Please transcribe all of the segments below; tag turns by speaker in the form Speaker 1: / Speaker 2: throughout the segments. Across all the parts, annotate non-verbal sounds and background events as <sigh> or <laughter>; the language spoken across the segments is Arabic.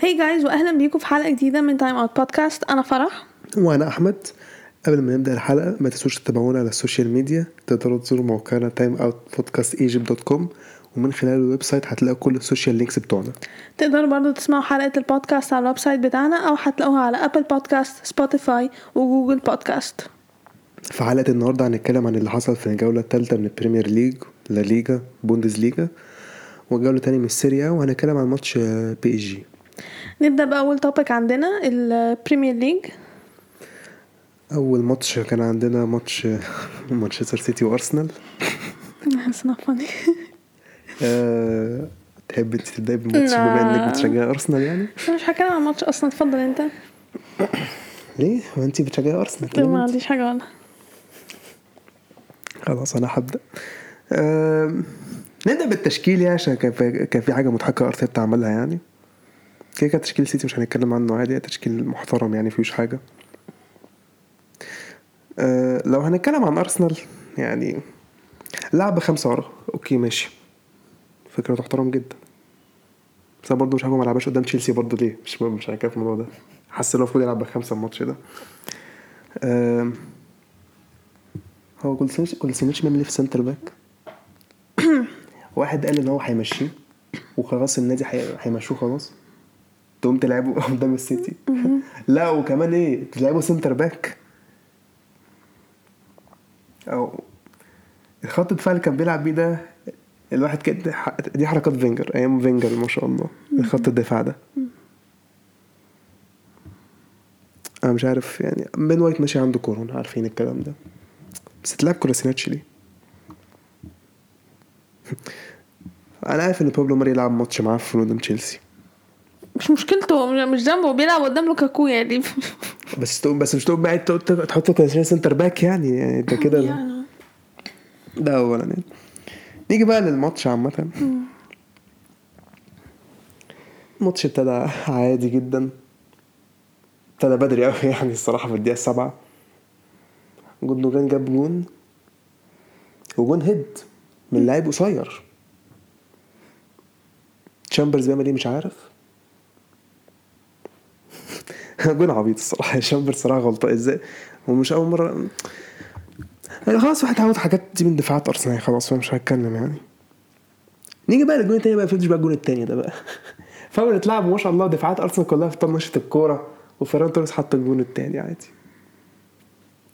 Speaker 1: هاي hey جايز واهلا بيكم في حلقه جديده من تايم اوت بودكاست انا فرح
Speaker 2: وانا احمد قبل ما نبدا الحلقه ما تنسوش تتابعونا على السوشيال ميديا تقدروا تزوروا موقعنا تايم اوت بودكاست ايجيبت دوت كوم ومن خلال الويب سايت هتلاقوا كل السوشيال لينكس بتوعنا
Speaker 1: تقدروا برضو تسمعوا حلقه البودكاست على الويب سايت بتاعنا او هتلاقوها على ابل بودكاست سبوتيفاي وجوجل بودكاست
Speaker 2: في حلقه النهارده هنتكلم عن اللي حصل في الجوله الثالثه من البريمير ليج لا ليجا بوندز ليجا والجوله الثانيه من السيريا وهنتكلم عن ماتش آه، بي اس جي
Speaker 1: نبدا باول توبيك عندنا البريمير ليج
Speaker 2: اول ماتش كان عندنا ماتش <laughs> آه، مانشستر سيتي وارسنال آه، تحب انت تبداي بالماتش بما
Speaker 1: لا.
Speaker 2: انك بتشجعي ارسنال يعني
Speaker 1: انا مش هتكلم عن الماتش اصلا اتفضل انت
Speaker 2: ليه؟ ما انت بتشجعي ارسنال
Speaker 1: طيب ما
Speaker 2: ليه؟
Speaker 1: عنديش حاجه اقولها
Speaker 2: خلاص انا هبدا آم، نبدا بالتشكيل يعني عشان كان في كان في حاجه مضحكه ارتيتا عملها يعني كده كده تشكيل سيتي مش هنتكلم عنه عادي يعني تشكيل محترم يعني مفيهوش حاجه آه، لو هنتكلم عن ارسنال يعني لعب خمسة ورا اوكي ماشي فكره تحترم جدا بس انا برضه مش عارف هو ما لعبهاش قدام تشيلسي برضه ليه مش مش هنتكلم في الموضوع ده حاسس ان هو المفروض يلعب بخمسه الماتش ده آم، هو كولسينيتش كولسينيتش بيعمل ايه في سنتر باك؟ واحد قال ان هو هيمشيه وخلاص النادي هي- هيمشوه خلاص تقوم تلعبه <laughs> قدام السيتي لا وكمان ايه تلعبه سنتر باك او الخط الدفاع اللي كان بيلعب بيه ده الواحد كده ح- دي حركات فينجر ايام فينجر ما شاء الله الخط الدفاع ده انا مش عارف يعني بين وايت ماشي عنده كورونا عارفين الكلام ده بس تلعب كولاسيناتش ليه؟ انا عارف ان بابلو ماري لعب ماتش معفن قدام تشيلسي
Speaker 1: مش مشكلته مش ذنبه بيلعب قدام لوكاكو يعني
Speaker 2: بس تقوم بس مش تقوم بقى تقعد تحط كولاسيناتش سنتر باك يعني يعني انت كده
Speaker 1: يعني
Speaker 2: ده اولا يعني نيجي بقى للماتش عامة الماتش ابتدى عادي جدا ابتدى بدري قوي <laughs> يعني الصراحة في الدقيقة السابعة جندوجان جاب جون وجون هيد من لعيب قصير تشامبرز بيعمل ايه مش عارف <laughs> جون عبيط الصراحة تشامبرز صراحة غلطة ازاي ومش أول مرة يعني خلاص واحد اتعود حاجات دي من دفاعات ارسنال خلاص فمش هتكلم يعني نيجي بقى للجون التاني بقى فيلتش بقى الجون التاني ده بقى <laughs> فاول اتلعب ما شاء الله دفاعات ارسنال كلها في طنشت الكوره وفيران توريس حط الجون التاني عادي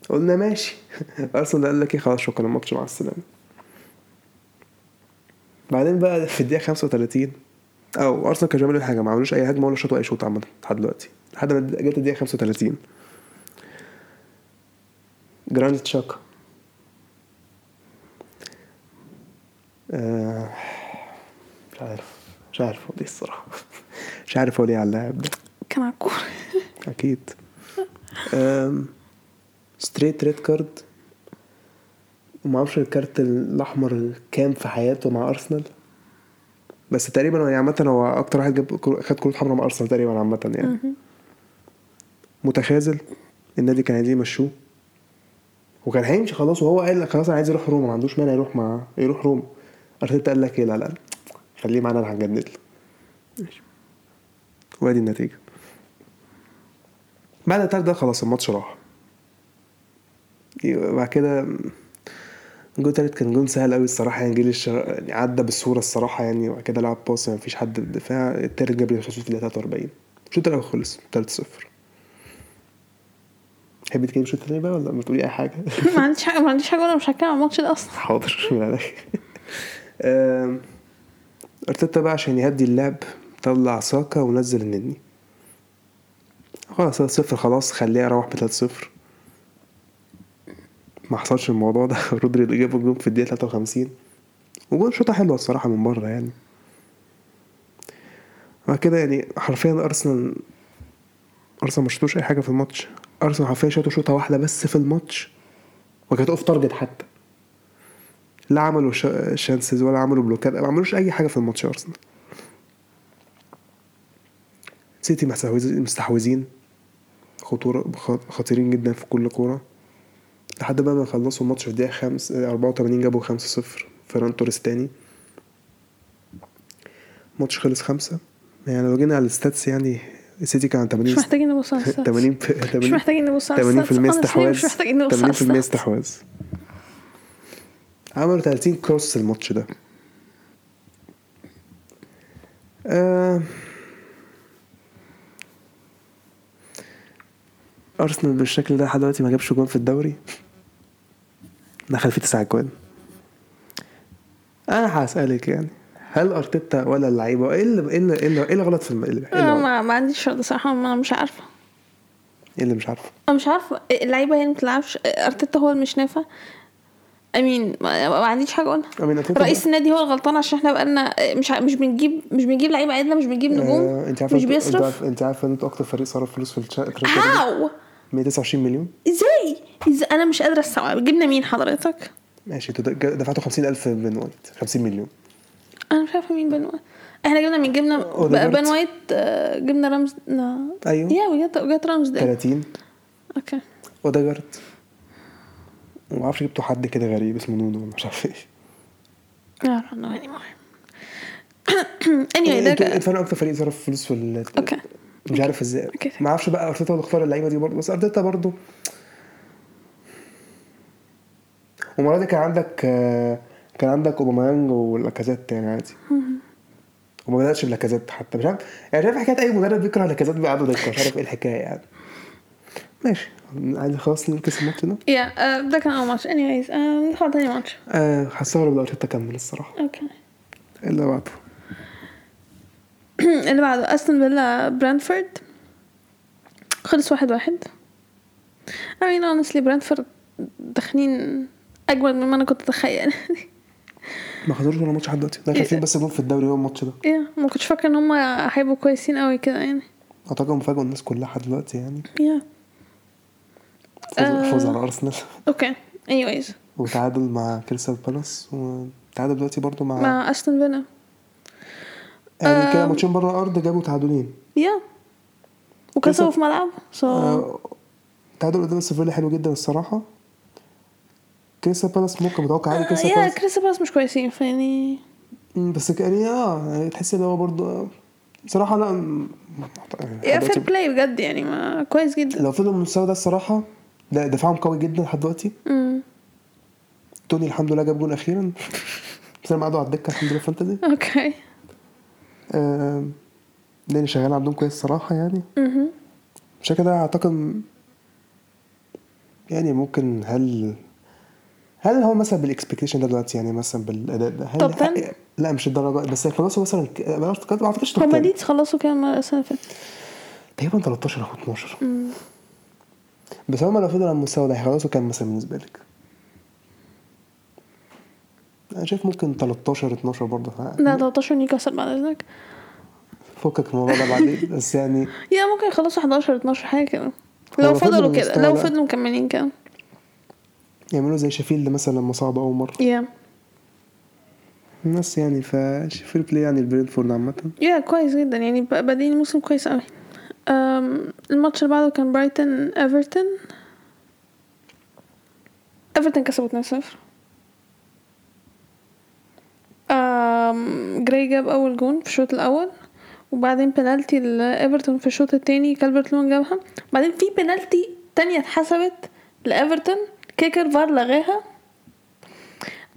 Speaker 2: قلنا ماشي <laughs> ارسنال قال لك ايه خلاص شكرا الماتش مع السلامه بعدين بقى في الدقيقه 35 او ارسنال كانوا بيعملوا أي حاجه ما عملوش اي هجمه ولا شاطوا اي شوط عامه لحد دلوقتي لحد ما جت الدقيقه 35 جراند تشاكا آه، مش عارف مش عارف هو ليه <laughs> الصراحة مش عارف هو ليه على اللاعب ده
Speaker 1: <laughs> كان على الكوره
Speaker 2: أكيد آم، ستريت ريد كارد ما اعرفش الكارت الأحمر كام في حياته مع أرسنال بس تقريبا يعني عامة هو أكتر واحد جاب كرة- خد كرة حمراء مع أرسنال تقريبا عامة يعني متخاذل النادي كان عايزين يمشوه وكان هيمشي خلاص وهو قال لك خلاص انا عايز يروح روما ما عندوش مانع يروح مع يروح روما ارتيتا قال لك ايه لا لا خليه معانا انا هنجدد له وادي النتيجه بعد التاك ده خلاص الماتش راح يبقى بعد كده الجون التالت كان جون سهل قوي الصراحه يعني جيل يعني عدى بالصوره الصراحه يعني وبعد كده لعب باص ما فيش حد في الدفاع التالت جاب الخصوص في الدقيقه 43 الشوط الاول خلص 3-0 تحبي تتكلمي الشوط التاني بقى ولا ما تقولي اي حاجه؟
Speaker 1: <laughs> ما عنديش حاجه ما عنديش حاجه وانا مش هتكلم عن الماتش ده اصلا
Speaker 2: حاضر <laughs> من عليك آم، ارتيتا بقى عشان يهدي اللعب طلع ساكا ونزل النني خلاص 3 صفر خلاص خليه اروح ب 3 صفر ما حصلش الموضوع ده <laughs> رودري اللي جاب الجون في الدقيقه 53 وجون شوطه حلوه الصراحه من بره يعني بعد كده يعني حرفيا ارسنال ارسنال ما شطوش اي حاجه في الماتش ارسنال حرفيا شاطوا شوطه واحده بس في الماتش وكانت اوف تارجت حتى لا عملوا شا- شانسز ولا عملوا بلوكات ما عملوش اي حاجه في الماتش ارسنال سيتي مستحوذ- مستحوذين خطوره خ- خطيرين جدا في كل كوره لحد بقى ما خلصوا الماتش في الدقيقه خمس- 84 جابوا 5 0 فيران توريس تاني الماتش خلص خمسة يعني لو جينا على الستاتس يعني السيتي كان 80
Speaker 1: مش محتاجين نبص
Speaker 2: <laughs>
Speaker 1: على السقف
Speaker 2: 80
Speaker 1: مش
Speaker 2: 80
Speaker 1: محتاجين نبص على
Speaker 2: 80%
Speaker 1: السقف
Speaker 2: استحواذ
Speaker 1: مش محتاجين نبص على
Speaker 2: 80%
Speaker 1: السقف
Speaker 2: استحواذ عملوا 30 كروس الماتش ده آه... ارسنال بالشكل ده لحد دلوقتي ما جابش جون في الدوري دخل فيه 9 جوان انا هسالك يعني هل ارتيتا ولا اللعيبه ايه اللي ايه اللي ايه اللي- إيه اللي غلط في الم... إيه اللي- إيه
Speaker 1: أنا
Speaker 2: اللي-
Speaker 1: آه، ما, ما عنديش رد صراحه ما انا مش عارفه
Speaker 2: إيه اللي مش عارفه
Speaker 1: انا مش يعني عارفه اللعيبه هي اللي ما بتلعبش ارتيتا هو اللي مش نافع امين ما ما عنديش حاجه اقولها
Speaker 2: امين ارتيتا
Speaker 1: رئيس النادي هو الغلطان عشان احنا بقالنا آه، مش ع- مش بنجيب مش بنجيب لعيبه عدله مش بنجيب نجوم
Speaker 2: آه، انت عارف
Speaker 1: مش بيصرف آه.
Speaker 2: انت عارف ان انتوا اكتر فريق صرف فلوس في الترانسفير
Speaker 1: هاو
Speaker 2: 129 مليون
Speaker 1: ازاي ازاي انا مش قادره استوعب جبنا مين حضرتك
Speaker 2: ماشي انتوا د- دفعتوا 50000 بن وايت 50 مليون
Speaker 1: انا مش عارفه مين بن وايت احنا جبنا مين جبنا
Speaker 2: أوديجارد.
Speaker 1: بن وايت آه، جبنا رمز لا
Speaker 2: ايوه
Speaker 1: يا وجت وجت رمز ده
Speaker 2: 30
Speaker 1: اوكي
Speaker 2: اوديجارد وما اعرفش جبتوا حد كده غريب اسمه نونو ولا مش عارف ايه
Speaker 1: I don't know anymore. <coughs> anyway
Speaker 2: انتوا
Speaker 1: ده
Speaker 2: انتوا اكتر فريق صرف فلوس في ال-
Speaker 1: اوكي
Speaker 2: مش عارف ازاي
Speaker 1: أوكي.
Speaker 2: ما اعرفش بقى ارتيتا اللي اختار اللعيبه دي برضه بس ارتيتا برضه والمره دي كان عندك آه، كان عندك اوباميانج واللاكازيت يعني عادي وما بدأش بلاكازيت حتى مش عارف يعني شايف حكايه اي مدرب بيكره لاكازيت بيقعدوا دكه مش عارف ايه الحكايه يعني ماشي عايز خلاص ننكس الماتش ده
Speaker 1: يا آه، ده كان اول ماتش anyways آه، ندخل تاني ماتش
Speaker 2: أه هستغرب لو ارتيتا كمل الصراحه
Speaker 1: <coughs> اوكي
Speaker 2: الا بعده
Speaker 1: اللي بعده استون فيلا برانفورد خلص واحد واحد I mean honestly برانفورد داخلين اجمد مما انا كنت <laughs> اتخيل
Speaker 2: ما خدوش ولا ماتش لحد دلوقتي إيه ده كان فيه بس جون في الدوري هو الماتش ده
Speaker 1: يا ما كنتش فاكره ان هم هيبقوا كويسين قوي كده يعني
Speaker 2: اعتقد مفاجاه الناس كلها لحد دلوقتي يعني
Speaker 1: يا
Speaker 2: فوز,
Speaker 1: آه.
Speaker 2: فوز على ارسنال
Speaker 1: اوكي anyways
Speaker 2: وتعادل مع كريستال بالاس وتعادل دلوقتي برضو مع, مع
Speaker 1: مع استون فيلا
Speaker 2: يعني كده ماتشين بره الارض جابوا تعادلين
Speaker 1: يا وكسبوا في ملعبه so
Speaker 2: آه، تعادل قدام السيفيلا حلو جدا الصراحه كريستال بالاس ممكن متوقع عادي كريستال
Speaker 1: آه، يا
Speaker 2: بالاس
Speaker 1: كريستال بالاس مش كويسين يعني فيعني
Speaker 2: مم، بس ك- يعني اه يعني تحس ان هو برضو صراحه لا مم، يعني
Speaker 1: يا فير
Speaker 2: لحد دلوقتي
Speaker 1: بلاي بجد يعني ما كويس جدا
Speaker 2: لو فضلوا بالمستوى ده الصراحه ده دفاعهم قوي جدا لحد دلوقتي
Speaker 1: امم
Speaker 2: توني الحمد لله جاب جون اخيرا بس انا قعدوا على الدكه الحمد لله فانتزي
Speaker 1: اوكي
Speaker 2: آه، لاني شغال عندهم كويس الصراحه يعني
Speaker 1: امم
Speaker 2: عشان كده اعتقد يعني ممكن هل هل هو مثلا بالاكسبكتيشن ده دلوقتي يعني مثلا بالاداء ده هل
Speaker 1: Top 10
Speaker 2: لا مش الدرجه بس خلاص مثلا ك- ما أعتقد- ما اعتقدش top
Speaker 1: هما
Speaker 2: 10.
Speaker 1: ليدز خلصوا كام مرة السنة اللي فاتت؟
Speaker 2: تقريبا 13 او 12 بس هما لو فضلوا على المستوى ده يعني هيخلصوا كام مثلا بالنسبه لك؟ انا شايف ممكن 13 12 برضه
Speaker 1: لا 13 نيوكاسل بعد اذنك
Speaker 2: فكك من الموضوع ده بعدين بس يعني
Speaker 1: يا ممكن يخلصوا 11 12 حاجة كده
Speaker 2: هو
Speaker 1: لو
Speaker 2: فضلوا
Speaker 1: فضلوا كده
Speaker 2: بالمستوى
Speaker 1: لو
Speaker 2: ده.
Speaker 1: فضلوا مكملين كده
Speaker 2: يعملوا زي شeffield مثلا لما صعد اول مره
Speaker 1: يا
Speaker 2: بس يعني فشيفيلد بلاي يعني البرينفورد عامه
Speaker 1: يا كويس جدا يعني ب- بادئين الموسم كويس قوي أم، الماتش اللي بعده كان برايتن ايفرتون ايفرتون كسبوا 2-0 أم، جراي جاب اول جون في الشوط الاول وبعدين بنالتي لايفرتون في الشوط التاني كالبرت لون جابها بعدين في بنالتي تانية اتحسبت لايفرتون كيكر فار لغاها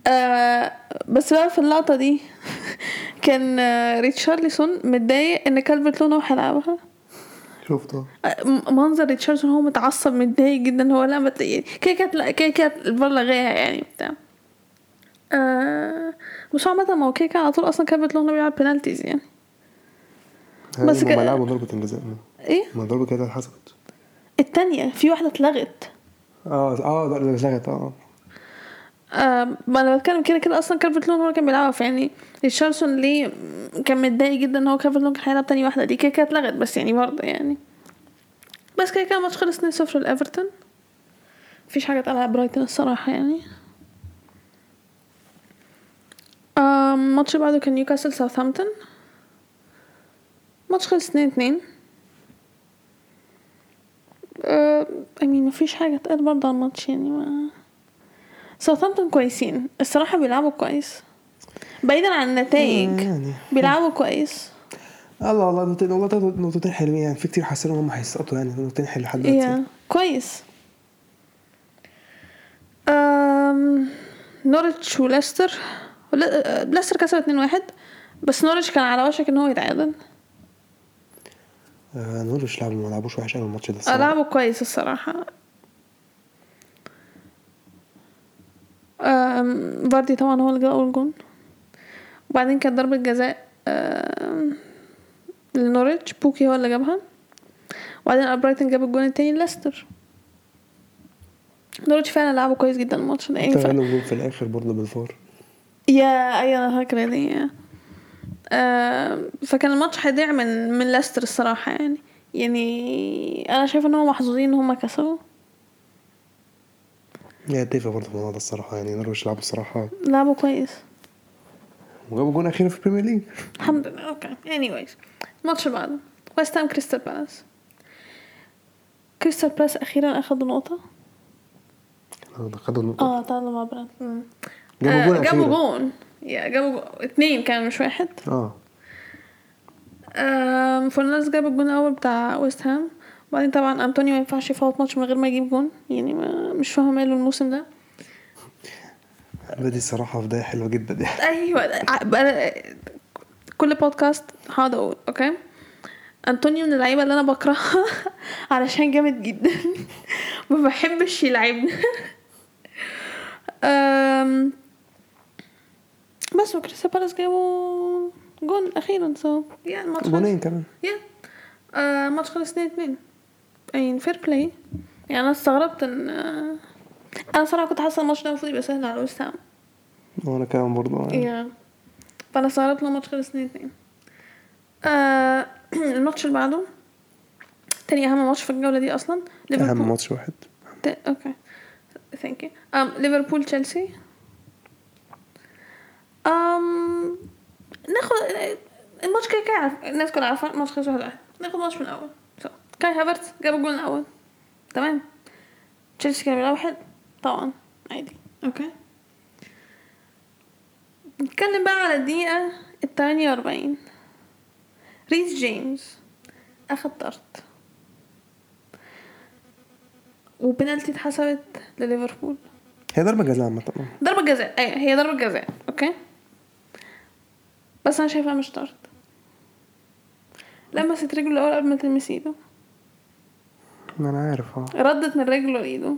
Speaker 1: آه بس بقى في اللقطة دي <laughs> كان آه ريتشارلسون متضايق ان كالفرت لون هو هيلعبها
Speaker 2: شفته
Speaker 1: آه، م- منظر ريتشارلسون هو متعصب متضايق جدا هو لا مت... يعني كده كانت لا- كده كانت الفار لغاها يعني بتاع آه بس هو عامة ما هو كده كده على طول اصلا كالفرت لون بيلعب بنالتيز يعني بس
Speaker 2: بس
Speaker 1: كده-
Speaker 2: كده لعبوا ضربه الجزاء
Speaker 1: ايه
Speaker 2: ما الضربه كده اتحسبت
Speaker 1: التانية في واحدة اتلغت
Speaker 2: اه اه ضربه اتلغت اه
Speaker 1: آه ما انا بتكلم كده كده اصلا كارفت لون هو اللي كان بيلعبها فيعني ريتشاردسون ليه كان متضايق جدا ان هو كارفت لون كان هيلعب تاني واحده دي كده كده اتلغت بس يعني برضه يعني بس كده كده الماتش خلص 2-0 لايفرتون مفيش حاجه تقلع برايتون الصراحه يعني آم، الماتش اللي بعده كان نيوكاسل ساوثهامبتون ماتش خلص 2-2 آه، I mean مفيش حاجة تقال برضه على الماتش يعني ما ساوثامبتون كويسين الصراحة بيلعبوا كويس بعيدا عن النتائج
Speaker 2: يعني
Speaker 1: بيلعبوا كويس
Speaker 2: الله والله نقطتين والله تلات نقطتين حلوين يعني في كتير حاسين ان هم هيسقطوا يعني نقطتين حلوين لحد دلوقتي
Speaker 1: يا كويس أم... نورتش وليستر ولا- ليستر كسب 2-1 بس نورتش كان على وشك ان هو يتعادل
Speaker 2: آه، نورش لعبوا ما لعبوش وحش قوي الماتش ده الصراحة.
Speaker 1: لعبه كويس الصراحة أم، فاردي طبعا هو اللي جاب اول جون وبعدين كانت ضربة جزاء أم، لنوريتش بوكي هو اللي جابها وبعدين البرايتن جاب الجون التاني ليستر نوريتش فعلا لعبوا كويس جدا الماتش ده يعني ف-
Speaker 2: تعادلوا جول في الاخر برضه بالفار
Speaker 1: يا ايوه انا فاكره دي آه فكان الماتش هيضيع من من ليستر الصراحه يعني يعني انا شايفه ان هم محظوظين ان هم كسبوا
Speaker 2: يعني اتفق برضه في الموضوع ده الصراحه يعني نورش لعبوا الصراحه
Speaker 1: لعبوا كويس
Speaker 2: وجابوا جون اخيرا في البريمير ليج
Speaker 1: الحمد لله اوكي anyways الماتش اللي بعده ويست هام كريستال بالاس كريستال بالاس اخيرا اخدوا نقطه
Speaker 2: آه، خدوا النقطه
Speaker 1: اه تعادلوا مع برنتفورد
Speaker 2: جابوا جون
Speaker 1: آه، جابوا
Speaker 2: أخيراً.
Speaker 1: جون يا جابوا جون. اتنين كان مش واحد
Speaker 2: اه
Speaker 1: آم، فرنانديز جاب الجون الاول بتاع ويست هام وبعدين طبعا انطونيو ما ينفعش يفوت ماتش من غير ما يجيب جون يعني ما مش فاهمه ماله الموسم ده
Speaker 2: بدي الصراحه بدايه حلوه جدا
Speaker 1: <laughs>
Speaker 2: يعني
Speaker 1: ايوه ع- بقى- كل بودكاست هقعد اقول اوكي انطونيو من اللعيبه اللي انا بكرهها <laughs> علشان جامد جدا <laughs> ما بحبش يلعبنا <laughs> آم، بس وكريستال بالاس جابوا جون اخيرا سو يعني الماتش خلص.
Speaker 2: جونين كمان
Speaker 1: يا آه ماتش خلص 2 2 يعني فير بلاي يعني انا استغربت ان آه انا صراحه كنت حاسه الماتش ده المفروض يبقى سهل على ويست هام
Speaker 2: وانا كمان برضه يعني.
Speaker 1: يا فانا استغربت لما الماتش خلص 2 2 <clears throat> آه الماتش اللي بعده تاني اهم ماتش في الجوله دي اصلا
Speaker 2: اهم
Speaker 1: ليفربول
Speaker 2: ماتش واحد
Speaker 1: تا- اوكي ثانك يو ام ليفربول تشيلسي ام ناخد Um, الماتش كده كده عارف- الناس كلها عارفه الماتش خلص واحد واحد ناخد ماتش من الاول so. كاي هافرتس جاب الجول الاول تمام تشيلسي كان بيلعب حلو طبعا عادي اوكي نتكلم بقى على الدقيقة التمانية وأربعين ريس جيمس أخد طرد وبنالتي اتحسبت لليفربول
Speaker 2: هي ضربه جزاء عامه آه.
Speaker 1: ضربة جزاء أيوة هي ضربة جزاء أوكي بس أنا شايفها مش طرد لمست رجله الأول قبل ما تلمس إيده
Speaker 2: ما انا عارف اه
Speaker 1: ردت من رجله لإيده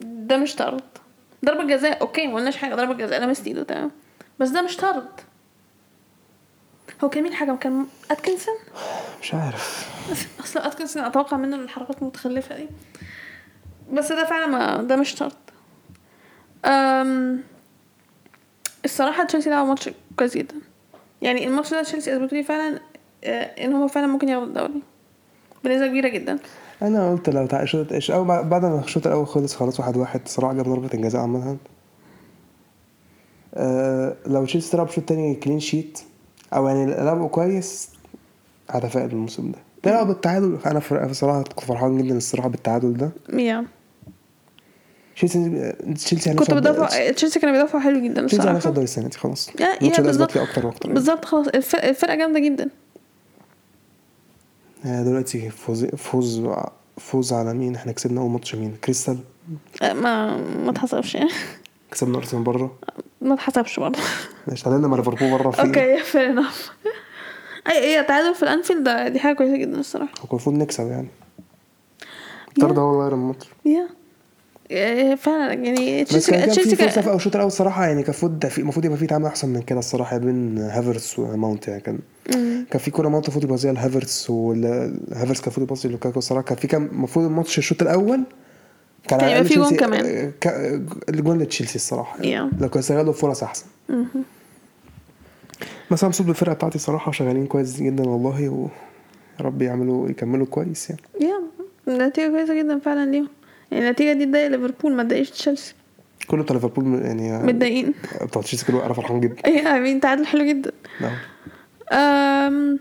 Speaker 1: ده مش طرد ضربة جزاء أوكي ما قلناش حاجة ضربة جزاء لمست إيده تمام بس ده مش طرد هو كان مين حكم كان أتكنسون
Speaker 2: مش عارف
Speaker 1: اصل اتكنسون اتوقع منه الحركات المتخلفه دي بس ده فعلا ما ده مش شرط أم الصراحه تشيلسي لعبوا ماتش كويس جدا يعني الماتش ده تشيلسي اثبتوا لي فعلا آه، ان هما فعلا ممكن ياخدوا الدوري بنسبه كبيره جدا
Speaker 2: انا قلت لو تع... شوط إيش- أو بعد- بعد ما الشوط الاول خلص خلاص واحد واحد صراحه جاب ضربه الجزاء عامه آه لو تشيلسي تلعب شوط تاني كلين شيت او يعني لعبوا كويس هتفائل الموسم ده تلعب بالتعادل انا فر- بصراحه كنت فرحان جدا الصراحه بالتعادل ده
Speaker 1: يا
Speaker 2: تشيلسي تشيلسي هناخد
Speaker 1: كنت بدافع تشيلسي كانوا بيدافعوا حلو جدا
Speaker 2: يعني تشيلسي
Speaker 1: الصراحه
Speaker 2: يعني هناخد دوري السنه دي خلاص
Speaker 1: يا
Speaker 2: الماتش
Speaker 1: يا
Speaker 2: ده اثبت
Speaker 1: بالظبط
Speaker 2: لي اكتر واكتر يعني.
Speaker 1: بالظبط خلاص الفرقه الفرقة جامده جدا
Speaker 2: آه، دلوقتي فوز فوز فوز على مين احنا كسبنا اول ماتش مين كريستال
Speaker 1: آه، ما ما اتحسبش <laughs>
Speaker 2: كسبنا ارسنال بره
Speaker 1: ما اتحسبش برضه
Speaker 2: اشتغلنا مع ليفربول بره في
Speaker 1: اوكي يا فير <laughs> انف اي اي تعادل في الانفيلد ده- دي حاجه كويسه جدا الصراحه
Speaker 2: هو كان المفروض نكسب يعني الطرد هو اللي غير الماتش
Speaker 1: يا إيه، فعلا يعني
Speaker 2: بس
Speaker 1: تشيلسي
Speaker 2: كان كان
Speaker 1: تشيلسي
Speaker 2: في فرصه في
Speaker 1: كان-
Speaker 2: اول الشوط الاول الصراحه يعني كان المفروض ده في- المفروض يبقى في تعامل احسن من كده الصراحه بين هافرتس وماونت يعني كان
Speaker 1: مم.
Speaker 2: كان في كوره ماونت المفروض يبقى لهافرتس والهافرتس كان المفروض يبقى لوكاكو الصراحه كان في كان المفروض الماتش الشوط الاول
Speaker 1: كان
Speaker 2: كان
Speaker 1: يبقى
Speaker 2: الأقل
Speaker 1: في جون
Speaker 2: تشيلسي- آه،
Speaker 1: كمان.
Speaker 2: كا- الجون لتشيلسي الصراحه
Speaker 1: يا.
Speaker 2: لو كانوا استغلوا فرص احسن بس انا مبسوط بالفرقه بتاعتي الصراحه شغالين كويس جدا والله و يا رب يعملوا يكملوا كويس يعني
Speaker 1: يا نتيجه كويسه جدا فعلا ليهم يعني النتيجه دي تضايق ليفربول ما تضايقش تشيلسي
Speaker 2: كله بتاع ليفربول يعني
Speaker 1: متضايقين <laughs>
Speaker 2: بتاع تشيلسي كله انا فرحان جدا
Speaker 1: اي امين تعادل حلو جدا
Speaker 2: نعم.
Speaker 1: أم،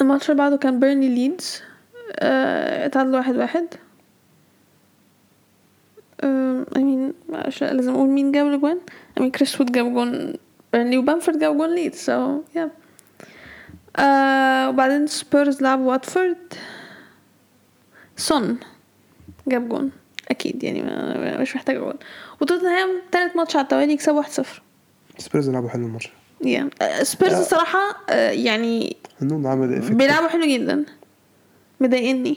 Speaker 1: الماتش اللي بعده كان بيرني ليدز أه، تعادلوا واحد واحد امين معلش لا، لازم اقول مين جاب الجوان امين كريس وود جاب جون بيرني وبامفورد جاب جون ليدز سو يا آه وبعدين سبيرز لعب واتفورد سون جاب جون اكيد يعني ما- مش محتاج اقول وتوتنهام تالت ماتش على التوالي يكسبوا 1-0
Speaker 2: سبيرز لعبوا حلو الماتش
Speaker 1: يا آه، سبيرز
Speaker 2: آه.
Speaker 1: الصراحه آه، يعني
Speaker 2: النوم عمل إفكت.
Speaker 1: بيلعبوا حلو جدا مضايقني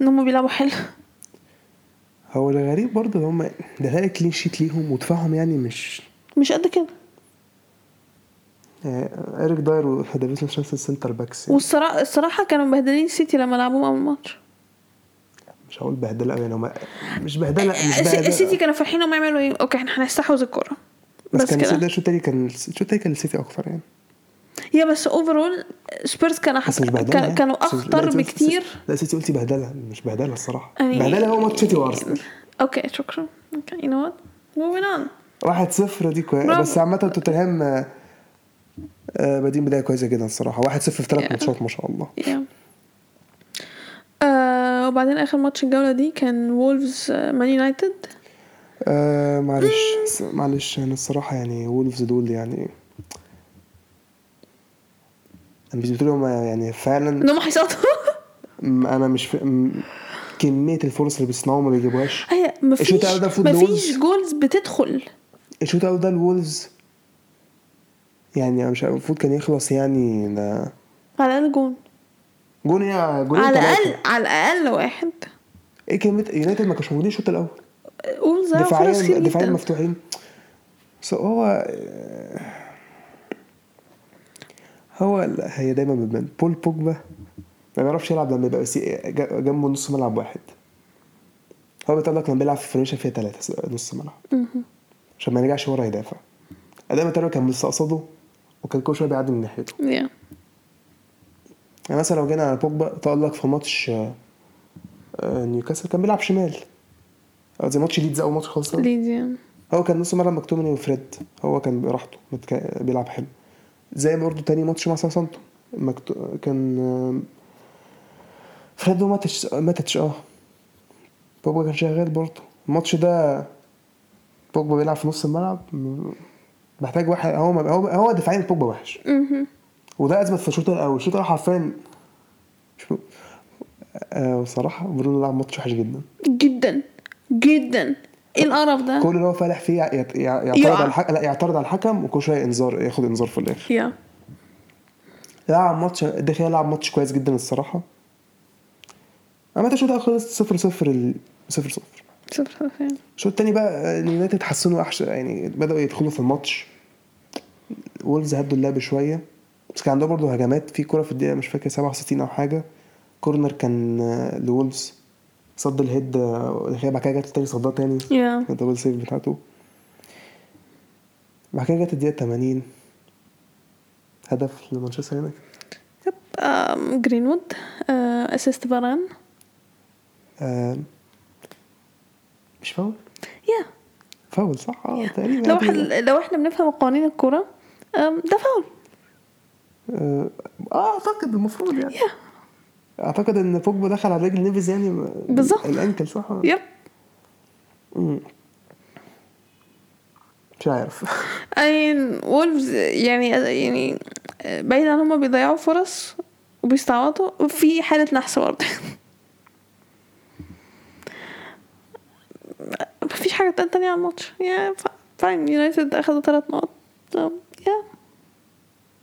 Speaker 1: ان هم بيلعبوا حلو
Speaker 2: هو الغريب برضه ان هم ده هي كلين شيت ليهم ودفاعهم يعني مش
Speaker 1: مش قد كده
Speaker 2: يعني اريك داير ودافيس مش نفس السنتر باكس يعني.
Speaker 1: والصراحه الصراحه كانوا مبهدلين سيتي لما لعبوهم اول ماتش
Speaker 2: مش هقول بهدله قوي يعني هم مش بهدله مش
Speaker 1: الس-
Speaker 2: بهدله
Speaker 1: السيتي كانوا فرحين هم يعملوا ايه اوكي احنا هنستحوذ الكوره
Speaker 2: بس,
Speaker 1: بس
Speaker 2: كان السيتي ده
Speaker 1: كده
Speaker 2: الشوط التاني كان الشوط التاني كان السيتي اكتر يعني
Speaker 1: هي بس اوفرول سبيرز كانوا
Speaker 2: بس مش بهدله
Speaker 1: كان-
Speaker 2: يعني.
Speaker 1: كانوا
Speaker 2: بس مش-
Speaker 1: اخطر
Speaker 2: لا، أنت قلت-
Speaker 1: بكتير
Speaker 2: لا سيتي قلتي بهدله مش بهدله الصراحه
Speaker 1: يعني-
Speaker 2: بهدله هو ماتش سيتي وارسنال
Speaker 1: اوكي شكرا اوكي يو نو وات موفين اون
Speaker 2: 1-0 دي كويس
Speaker 1: برافو.
Speaker 2: بس عامة توتنهام آه، آه، بادئين بداية كويسة جدا الصراحة 1-0 في
Speaker 1: Yeah.
Speaker 2: ثلاث ماتشات ما شاء الله <laughs>
Speaker 1: يا آه وبعدين اخر ماتش الجوله دي كان وولفز مان يونايتد
Speaker 2: آه معلش س- معلش انا الصراحة يعني وولفز دول يعني انا مش بتقول هم يعني
Speaker 1: ان
Speaker 2: فعلا
Speaker 1: هم هيسقطوا <laughs>
Speaker 2: م- انا مش ف... م- كمية الفرص اللي بيصنعوها ما بيجيبوهاش
Speaker 1: ايوه مفيش
Speaker 2: الشوط الأول ده المفروض
Speaker 1: مفيش
Speaker 2: جولز.
Speaker 1: جولز بتدخل
Speaker 2: الشوط الاول ده الولفز يعني أنا مش عارف، المفروض كان يخلص يعني ده
Speaker 1: على الاقل جول
Speaker 2: جون يا جون
Speaker 1: على الاقل على الاقل واحد
Speaker 2: ايه كلمة يونايتد ما كانوش موجودين الشوط الاول
Speaker 1: وولفز ضيعوا فرص
Speaker 2: دفاعيا
Speaker 1: كتير
Speaker 2: دفاعيا
Speaker 1: جدا
Speaker 2: مفتوحين بس هو هو ال- هي دايما بتبان بول بوجبا ما بيعرفش يلعب لما يبقى سي- ج- جنبه نص ملعب واحد هو بيطلع لك لما بيلعب في فرنشا فيها ثلاثة نص ملعب عشان ما يرجعش ورا يدافع اداء ماتيريال كان مستقصده وكان كل شويه بيعدي من ناحيته
Speaker 1: يا
Speaker 2: يعني مثلا لو جينا على بوجبا طلع لك في ماتش آه، آه، نيوكاسل كان بيلعب شمال قصدي ماتش ليدز اول ماتش خالص
Speaker 1: ليديا
Speaker 2: هو كان نص ملعب مكتومني وفريد هو كان براحته متك- بيلعب حلو زي برضه تاني ماتش مع ساوثامبتون مكتو... كان آم، فريد وماتش ماتش اه بوجبا كان شغال برضه الماتش ده بوجبا بيلعب في نص الملعب م- محتاج واحد هو ما... هو هو دفاعيا بوجبا وحش
Speaker 1: مهم.
Speaker 2: وده اثبت في الشوط الاول الشوط الاول حرفيا شو... آه وصراحة برونو لعب ماتش وحش جدا
Speaker 1: جدا جدا ايه القرف ده
Speaker 2: كل اللي هو فالح فيه يع- يع- يعترض
Speaker 1: يقع.
Speaker 2: على الحكم لا يعترض على الحكم وكل شويه انذار ياخد انذار في الاخر
Speaker 1: يا
Speaker 2: لعب ماتش دخيا لعب ماتش كويس جدا الصراحه اما الشوط الاول خلص 0 0 ال... 0 0
Speaker 1: صفر صفر
Speaker 2: الشوط الثاني بقى اليونايتد اتحسنوا احسن يعني بداوا يدخلوا في الماتش وولز هدوا اللعب شويه بس كان عندهم برضه هجمات في كوره في الدقيقه مش فاكر 67 او حاجه كورنر كان آه، لولفز صد الهيد آه، دخيا بعد كده جت تاني صدها تاني
Speaker 1: يا
Speaker 2: الدبل سيف بتاعته بعد كده جت الدقيقة 80 هدف لمانشستر يونايتد
Speaker 1: يب آم، جرينوود آه، اسيست فاران
Speaker 2: آه، مش فاول؟
Speaker 1: يا
Speaker 2: فاول صح؟ اه تقريبا
Speaker 1: لو
Speaker 2: يعني.
Speaker 1: احنا لو احنا بنفهم قوانين الكوره آم، ده فاول
Speaker 2: آه، اه اعتقد المفروض يعني
Speaker 1: يا
Speaker 2: اعتقد ان بوجبا دخل على رجل نيفيز يعني
Speaker 1: بالظبط.
Speaker 2: الانكل صح؟
Speaker 1: يب
Speaker 2: مم. مش عارف
Speaker 1: اي وولفز يعني يعني بعيد عن هما بيضيعوا فرص وبيستعوضوا وفي حالة نحس برضه مفيش حاجة تقال تانية على الماتش يا فاين يونايتد أخدوا تلات نقط Um، أم، يا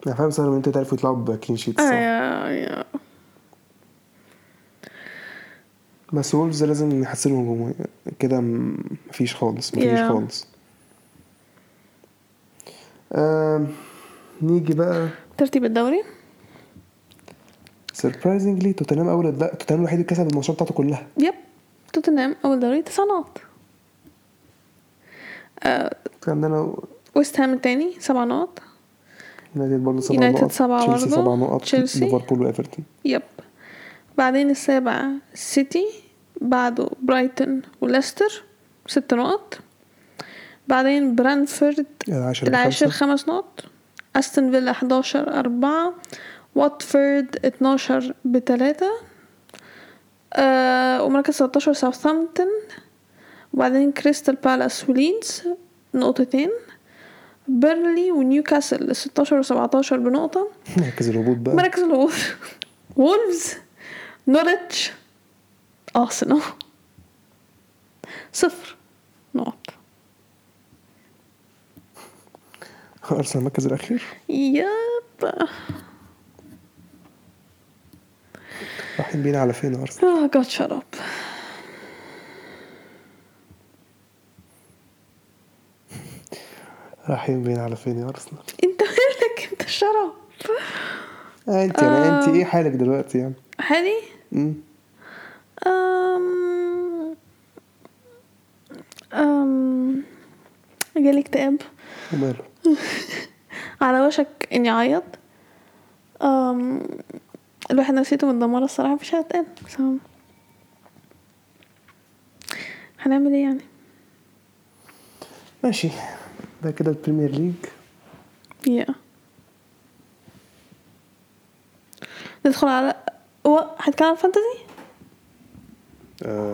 Speaker 2: انا فاهم سهل ان انت تعرف يطلعوا بكلين شيت
Speaker 1: آه،
Speaker 2: صح؟
Speaker 1: يا يا
Speaker 2: بس وولفز لازم يحسنوا هجومهم كده م- مفيش خالص مفيش
Speaker 1: Yeah.
Speaker 2: خالص آم، نيجي بقى
Speaker 1: ترتيب الدوري
Speaker 2: سربرايزنجلي توتنهام اول لا توتنهام الوحيد اللي كسب الماتشات بتاعته كلها
Speaker 1: يب توتنهام أول دوري تسع نقط آه،
Speaker 2: كان عندنا
Speaker 1: ويست هام التاني سبع نقط
Speaker 2: يونايتد برضه سبع
Speaker 1: يونايتد
Speaker 2: نقط
Speaker 1: سبعة
Speaker 2: تشيلسي
Speaker 1: برضه.
Speaker 2: سبع نقط
Speaker 1: تشيلسي.
Speaker 2: ليفربول وايفرتون
Speaker 1: يب بعدين السابع سيتي بعده برايتون وليستر ست نقط بعدين برانفورد العاشر
Speaker 2: العاشر العاشر
Speaker 1: خمس نقط استون فيلا 11 أربعة واتفورد 12 بتلاتة آه ومركز 13 ساوثهامبتون وبعدين كريستال بالاس وليدز نقطتين بيرلي ونيوكاسل 16 و17 بنقطة
Speaker 2: مركز الهبوط بقى
Speaker 1: مراكز الهبوط وولفز نورتش ارسنال صفر نقط
Speaker 2: ارسنال المركز الاخير
Speaker 1: ياب
Speaker 2: رايحين بينا على فين يا ارسنال
Speaker 1: اه جاد شات اب
Speaker 2: رايحين بينا على فين يا ارسنال
Speaker 1: انت مالك انت شرب
Speaker 2: انت يعني
Speaker 1: آه.
Speaker 2: انت ايه حالك دلوقتي يعني
Speaker 1: حالي
Speaker 2: مم.
Speaker 1: أم... أم... جالي اكتئاب
Speaker 2: وماله
Speaker 1: على وشك اني اعيط أم... الواحد نفسيته متدمرة الصراحة مفيش حاجة تقال بس هم- هنعمل ايه يعني
Speaker 2: ماشي ده كده البريمير ليج
Speaker 1: يا ندخل على هو هنتكلم عن فانتزي؟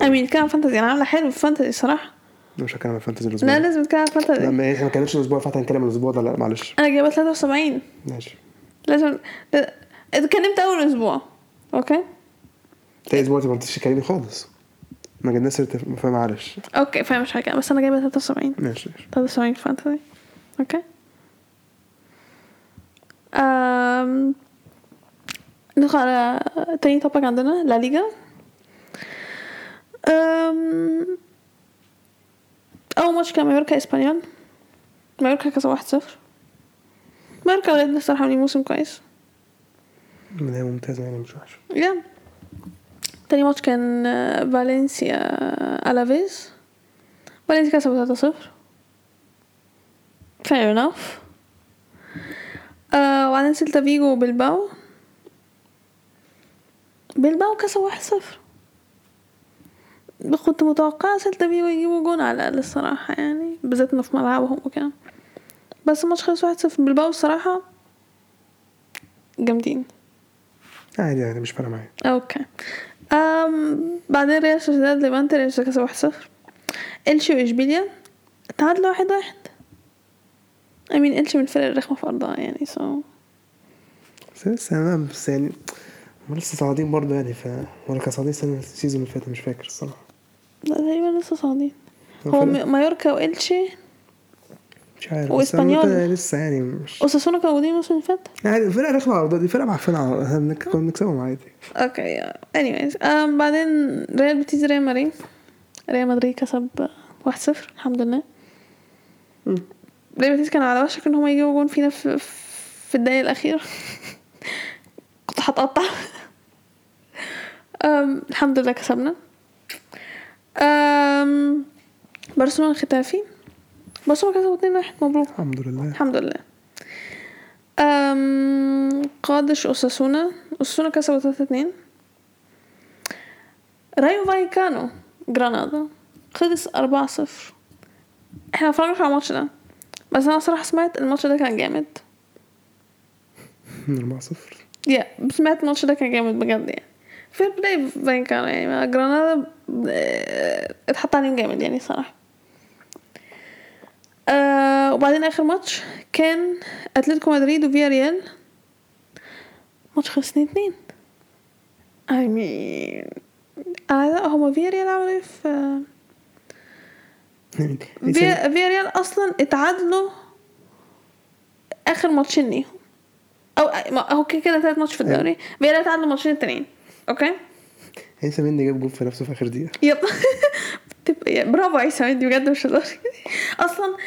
Speaker 1: امين نتكلم عن فانتزي انا عاملة حلو في فانتزي الصراحة
Speaker 2: مش هتكلم عن الفانتزي الاسبوع
Speaker 1: لا
Speaker 2: لا
Speaker 1: لازم نتكلم عن فانتزي
Speaker 2: ما احنا ما اتكلمناش الاسبوع اللي فات هنتكلم الاسبوع ده لا معلش
Speaker 1: انا جايبة 73
Speaker 2: ماشي
Speaker 1: لازم لا- اتكلمت اول اسبوع اوكي
Speaker 2: تاني اسبوع انت ما كنتش تكلمني خالص ما جبناش سيره فمعلش
Speaker 1: اوكي فاهم مش حاجه بس انا جايبه 73
Speaker 2: ماشي ماشي.
Speaker 1: 73 فانتزي اوكي أم... ندخل على تاني توبك عندنا لا ليجا أم... اول ماتش كان مايوركا اسبانيول مايوركا كسب 1-0 مايوركا لغايه دلوقتي الصراحه عاملين موسم كويس
Speaker 2: بدايه ممتازه يعني مش وحشه
Speaker 1: يا تاني ماتش كان آه، فالنسيا الافيز فالنسيا كسبوا 3 صفر fair enough آه وبعدين سيلتا فيجو وبلباو بلباو كسب 1 صفر كنت متوقعة سيلتا فيجو يجيبوا جون على الأقل الصراحة يعني بالذات إنه في ملعبهم وكده بس الماتش خلص واحد صفر بلباو الصراحة جامدين
Speaker 2: عادي يعني مش فارقه معايا
Speaker 1: اوكي آه، أم بعدين ريال سوسيداد ليفانتي ريال سوسيداد كسب 1 0 إلشي وإشبيليا تعادلوا واحد واحد أمين إلشي من الفرق الرخمة في أرضها يعني سو
Speaker 2: بس لسه انا بس يعني هم لسه صاعدين برضه يعني ف ولا كانوا صاعدين السنه السيزون اللي فات مش فاكر الصراحه
Speaker 1: لا تقريبا لسه صاعدين
Speaker 2: فرق.
Speaker 1: هو م- مايوركا وإلشي
Speaker 2: مش عارف بس
Speaker 1: وإسبانيول.
Speaker 2: عامة يعني لسه يعني مش
Speaker 1: أوساسونا كانوا موجودين الموسم اللي فات
Speaker 2: يعني فرقه رخمه على الارض دي فرقه معفنه على الأرض. احنا كنا بنكسبهم عادي
Speaker 1: اوكي anyways أم بعدين ريال بيتيز ريال مدريد ريال مدريد كسب 1 0 الحمد لله
Speaker 2: مم.
Speaker 1: ريال بيتيز كان على وشك ان هم يجيبوا جون فينا في, في الدقيقة الأخيرة <laughs> كنت هتقطع <laughs> أم، الحمد لله كسبنا أم، برشلونة ختافي برشلونة كسبوا 2 1 مبروك
Speaker 2: الحمد لله
Speaker 1: الحمد لله أم قادش أوساسونا أوساسونا كسبوا 3 2 رايو فايكانو جرانادا خلص 4 0 احنا مفرجناش على الماتش ده بس انا صراحة سمعت الماتش ده كان جامد
Speaker 2: 4 0
Speaker 1: يا سمعت الماتش ده كان جامد بجد يعني فير بلاي فايكانو يعني ما جرانادا آه، اتحط عليهم جامد يعني صراحة آه وبعدين اخر ماتش كان اتلتيكو مدريد وفيا ريال ماتش خلص 2 2 اي مين انا عايزة- هما فيا ريال عملوا ايه في فيا فيا ريال اصلا اتعادلوا اخر ماتشين ليهم او ما- هو كده كده تلات ماتش في
Speaker 2: أيوة.
Speaker 1: الدوري فيا ريال اتعادلوا ماتشين التانيين اوكي
Speaker 2: عيسى مني جاب جول في نفسه في اخر دقيقه
Speaker 1: يب تبقى يعني برافو عيسى مندي بجد مش هزار اصلا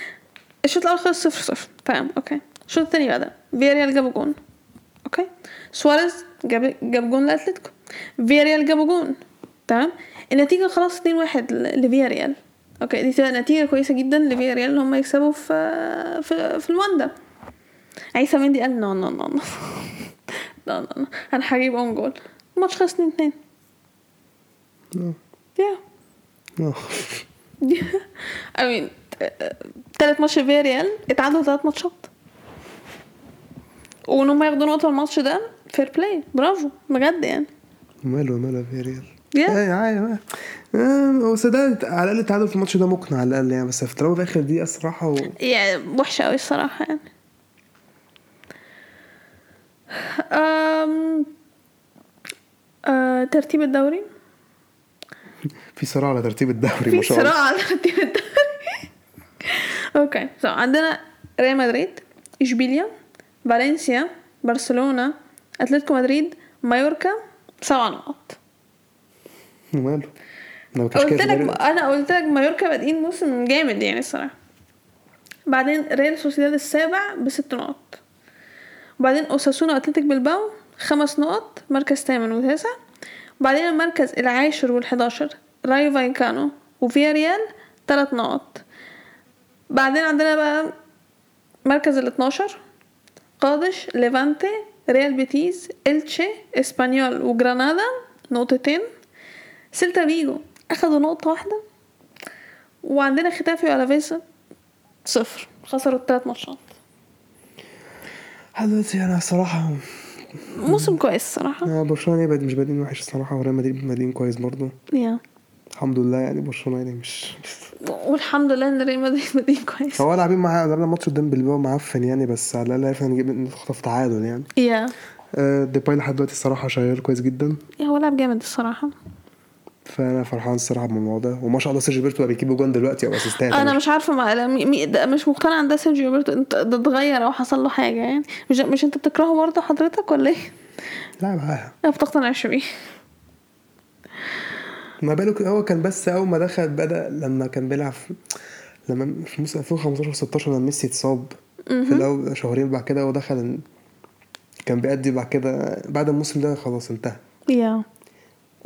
Speaker 1: الشوط الاول خلص صفر صفر تمام اوكي الشوط التاني بقى ده فيا ريال جابوا جون اوكي سواريز جاب جاب جون لاتلتيكو فيا ريال جابوا جون تمام النتيجه خلاص 2 1 لفيا ريال اوكي دي تبقى نتيجه كويسه جدا لفيا ريال ان هم يكسبوا في في, في الواندا عيسى مندي قال نو نو نو <laughs> نو نو نو انا هجيب اون جول الماتش خلص 2 2
Speaker 2: آه.
Speaker 1: يا
Speaker 2: <laughs> آه.
Speaker 1: I mean تلات ماتش فيا ريال اتعادلوا تلات ماتشات وان هم ياخدوا نقطة الماتش ده فير بلاي برافو بجد يعني
Speaker 2: وماله وماله في ريال
Speaker 1: يا
Speaker 2: ايوه ايوه آه، بس ده على الاقل التعادل في الماتش ده مقنع على الاقل يعني بس في طالما في اخر دقيقه الصراحه و...
Speaker 1: يعني وحشة أوي الصراحة يعني أم... آه، ترتيب الدوري
Speaker 2: في صراع على ترتيب الدوري
Speaker 1: في
Speaker 2: ما شاء الله
Speaker 1: صراع على ترتيب <laughs> الدوري اوكي so, عندنا ريال مدريد اشبيليا فالنسيا برشلونة اتلتيكو مدريد مايوركا سبع نقط
Speaker 2: وماله انا ما كانش كده
Speaker 1: قلت
Speaker 2: في الدوري.
Speaker 1: لك انا قلت لك مايوركا بادئين موسم جامد يعني الصراحه بعدين ريال سوسيداد السابع بست نقط وبعدين اوساسونا واتلتيك بلباو خمس نقط مركز تامن وتاسع وبعدين المركز العاشر والحداشر رايو فايكانو وفيا ريال تلات نقط بعدين عندنا بقى مركز ال 12 قادش ليفانتي ريال بيتيز إلتشي اسبانيول وجرانادا نقطتين سيلتا فيجو اخدوا نقطة واحدة وعندنا ختافي والافيسا صفر خسروا الثلاث ماتشات
Speaker 2: لحد دلوقتي انا الصراحه
Speaker 1: موسم كويس الصراحة
Speaker 2: يعني آه، برشلونه يعني بد- مش بادئين وحش الصراحه وريال مدريد بادئين كويس برضه
Speaker 1: يا
Speaker 2: الحمد لله يعني برشلونه يعني مش
Speaker 1: والحمد لله ان ريال مدريد <laughs> مدين كويس
Speaker 2: هو لاعبين معاه لعبنا ماتش قدام بلباو معفن يعني بس على الاقل عرفنا نجيب نخطف تعادل يعني
Speaker 1: يا
Speaker 2: آه، ديباي لحد دلوقتي الصراحه شغال كويس جدا
Speaker 1: يا هو لعب جامد الصراحة
Speaker 2: فانا فرحان الصراحه بالموضوع ده وما شاء الله سيرجيو بيرتو بقى بيجيب جوان دلوقتي او اسيستات
Speaker 1: انا
Speaker 2: يعني.
Speaker 1: مش عارفه ما لا، مي- مي- ده مش مقتنعه ان ده سيرجيو روبرتو انت ده اتغير او حصل له حاجه يعني مش مش انت بتكرهه برضه حضرتك ولا ايه؟
Speaker 2: لا معاها
Speaker 1: انا ما بتقتنعش بيه
Speaker 2: ما بالك هو كان بس اول ما دخل بدا لما كان بيلعب في- لما في موسم 2015 16 لما ميسي اتصاب في الاول شهرين بعد كده هو دخل كان بيأدي بعد كده بعد الموسم ده خلاص انتهى
Speaker 1: يا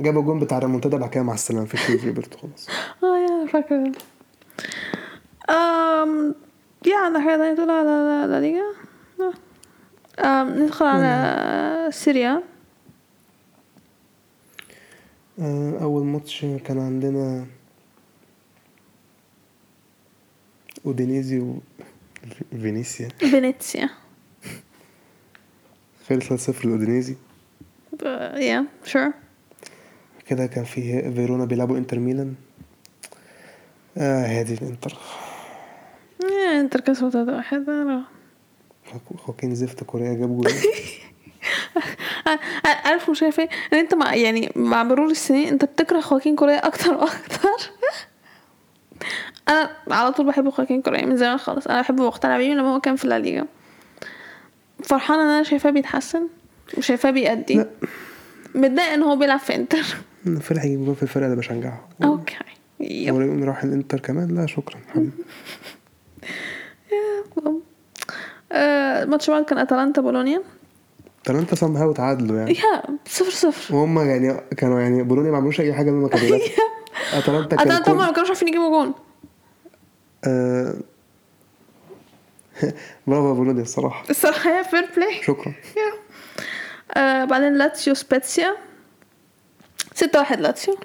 Speaker 2: جاب الجون بتاع ريمونتادا بعد كده مع السلامه في سيرجيو بيرتو خلاص
Speaker 1: اه يا فاكره امم يا عندنا حاجه تانية تقول على لا- لا ليجا لا. أم، ندخل على سيريا
Speaker 2: آه، اول ماتش كان عندنا اودينيزي وفينيسيا
Speaker 1: فينيسيا
Speaker 2: خلص 3-0 لاودينيزي
Speaker 1: أه، يا شور
Speaker 2: كده كان في فيرونا بيلعبوا انتر ميلان اه هادي الانتر
Speaker 1: يا، انتر كسبوا 3 واحد آه، أنا-
Speaker 2: خو- خوكين زفت كوريا جاب جول
Speaker 1: <laughs> أ- عارف مش شايف ايه ان انت مع يعني مع مرور السنين انت بتكره خواكين كوريا اكتر واكتر انا على طول بحب خواكين كوريا من زمان خالص انا بحبه واقتنع بيه من لما هو كان في الليجا فرحانه ان انا شايفاه بيتحسن وشايفاه بيأدي
Speaker 2: لا.
Speaker 1: متضايقه ان هو بيلعب في انتر
Speaker 2: فرح يجيب جول في الفرقه اللي بشجعها
Speaker 1: اوكي يب.
Speaker 2: ولو راح الانتر كمان لا شكرا حبيبي
Speaker 1: آه، الماتش بعد كان اتلانتا بولونيا
Speaker 2: طب انت سام هاو تعادلوا يعني
Speaker 1: <laughs> يا صفر صفر
Speaker 2: وهم يعني كانوا يعني بولونيا ما عملوش اي حاجه لما كانوا
Speaker 1: <laughs>
Speaker 2: بيلعبوا. اتلانتا كان
Speaker 1: اتلانتا هم
Speaker 2: كل-
Speaker 1: ما كانوش عارفين يجيبوا جون
Speaker 2: آه، <laughs> برافو يا بولونيا الصراحه
Speaker 1: الصراحه يا فير بلاي
Speaker 2: شكرا
Speaker 1: آه بعدين لاتسيو سبيتسيا ستة واحد لاتسيو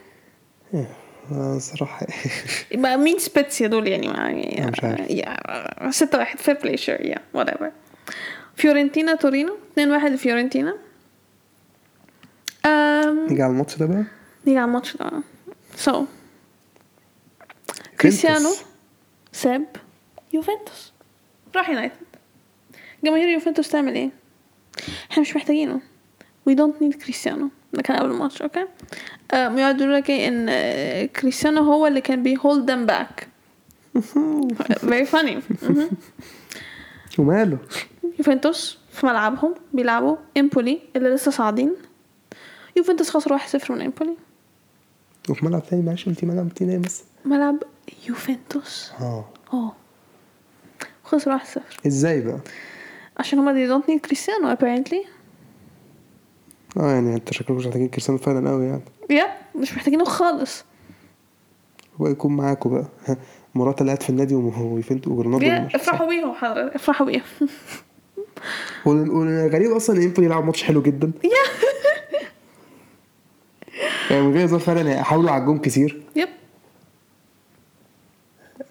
Speaker 2: آه، الصراحه
Speaker 1: <laughs> ما مين سبيتسيا دول يعني ما يعني
Speaker 2: أنا مش عارف.
Speaker 1: يا ستة واحد فير بلاي شور يا وات ايفر فيورنتينا تورينو اتنين واحد لفيورنتينا Um, آم،
Speaker 2: نيجي على الماتش ده بقى
Speaker 1: نيجي على الماتش ده سو كريستيانو ساب يوفنتوس راح يونايتد جماهير يوفنتوس تعمل ايه احنا مش محتاجينه وي دونت نيد كريستيانو ده كان قبل الماتش اوكي آه يقعدوا يقولوا لك ايه ان آه، كريستيانو هو اللي كان بي هولد ذم باك فيري فاني
Speaker 2: وماله
Speaker 1: يوفنتوس في ملعبهم بيلعبوا امبولي اللي لسه صاعدين يوفنتوس خسروا 1-0 من امبولي
Speaker 2: وفي ملعب تاني معلش قلت ملعب تاني بس
Speaker 1: ملعب يوفنتوس
Speaker 2: اه
Speaker 1: اه خسروا 1-0
Speaker 2: ازاي بقى
Speaker 1: عشان هما دي دونت نيد كريستيانو apparently
Speaker 2: اه يعني انت شكلك مش محتاجين كريستيانو فعلا قوي يعني
Speaker 1: يا مش محتاجينه خالص
Speaker 2: هو يكون معاكوا بقى <laughs> ها، مراته اللي قاعد في النادي وم- ويفنتوا وجرناطه
Speaker 1: يا
Speaker 2: ومش-
Speaker 1: افرحوا بيهم حضرتك افرحوا <laughs> بيهم
Speaker 2: وال- والغريب اصلا ان امبولي لعبوا ماتش حلو
Speaker 1: <laughs>
Speaker 2: جدا يعني من غير هزار فعلا حاولوا على الجون كتير <laughs>
Speaker 1: يب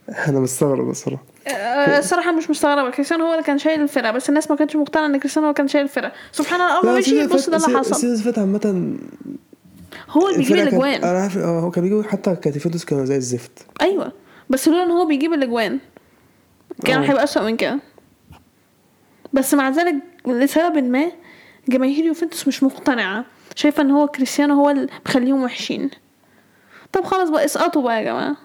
Speaker 2: انا مستغرب الصراحه
Speaker 1: آه، الصراحه مش مستغربه كريستيانو هو اللي كان شايل الفرقه بس الناس ما كانتش مقتنعه ان كريستيانو هو اللي كان شايل الفرقه سبحان الله اول ما مشي بص ده اللي حصل
Speaker 2: السيزون اللي فات عامه
Speaker 1: هو اللي بيجيب
Speaker 2: الفرقة كانت-
Speaker 1: الاجوان
Speaker 2: انا عارف اه هو كان بيجيب حتى كاتيفيدوس كانوا
Speaker 1: <laughs>
Speaker 2: زي الزفت
Speaker 1: ايوه بس لولا ان هو بيجيب الاجوان كان
Speaker 2: آه.
Speaker 1: هيبقى اسوء من كده بس مع ذلك لسبب ما جماهير يوفنتوس مش مقتنعه شايفه ان هو كريستيانو هو اللي مخليهم وحشين طب خلاص بقى اسقطوا بقى يا جماعه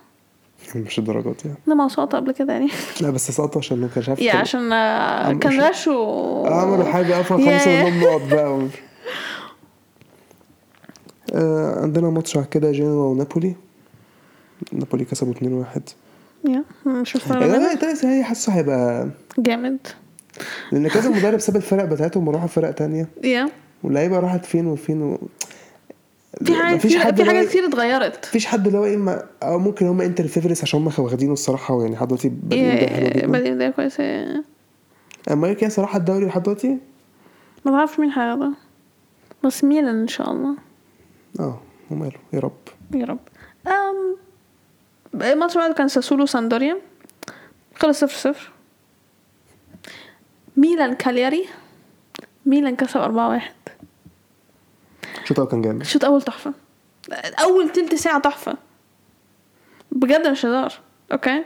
Speaker 2: مش الدرجات يعني
Speaker 1: ده ما سقط قبل كده
Speaker 2: <laughs>
Speaker 1: يعني
Speaker 2: لا بس سقطوا عشان ما كانش عارف
Speaker 1: يا
Speaker 2: كان-
Speaker 1: عشان آه،
Speaker 2: عم-
Speaker 1: كان
Speaker 2: عشان-
Speaker 1: راشو
Speaker 2: عملوا حاجة أفهم
Speaker 1: يا-
Speaker 2: خمسة منهم نقط بقى ومش- آه عندنا ماتش على كده جنوا ونابولي نابولي كسبوا 2-1
Speaker 1: يا، مش مستغربة
Speaker 2: يعني
Speaker 1: منه.
Speaker 2: انا تايس هي حاسه هيبقى
Speaker 1: جامد
Speaker 2: لان كذا مدرب ساب الفرق بتاعتهم وراح فرق تانية
Speaker 1: يا
Speaker 2: واللعيبه راحت فين وفين و...
Speaker 1: في حاجه
Speaker 2: مفيش
Speaker 1: كتير
Speaker 2: حد
Speaker 1: في حاجه
Speaker 2: لاقي-
Speaker 1: كتير اتغيرت
Speaker 2: مفيش حد اللي هو اما او ممكن هم انتر فيفرس عشان هم واخدينه الصراحه ويعني لحد دلوقتي بادئين ده حلو
Speaker 1: يا-
Speaker 2: جدا
Speaker 1: بدأ بدايه كويسه
Speaker 2: اما هي كده صراحه الدوري لحد دلوقتي
Speaker 1: ما تعرفش مين هياخده بس ميلان ان شاء الله
Speaker 2: اه وماله يا رب
Speaker 1: يا رب أم الماتش بعده كان ساسولو ساندوريا خلص صفر صفر ميلان كالياري ميلان كسب أربعة واحد
Speaker 2: الشوط الأول كان جامد
Speaker 1: الشوط أول تحفة أول تلت ساعة تحفة بجد مش هزار أوكي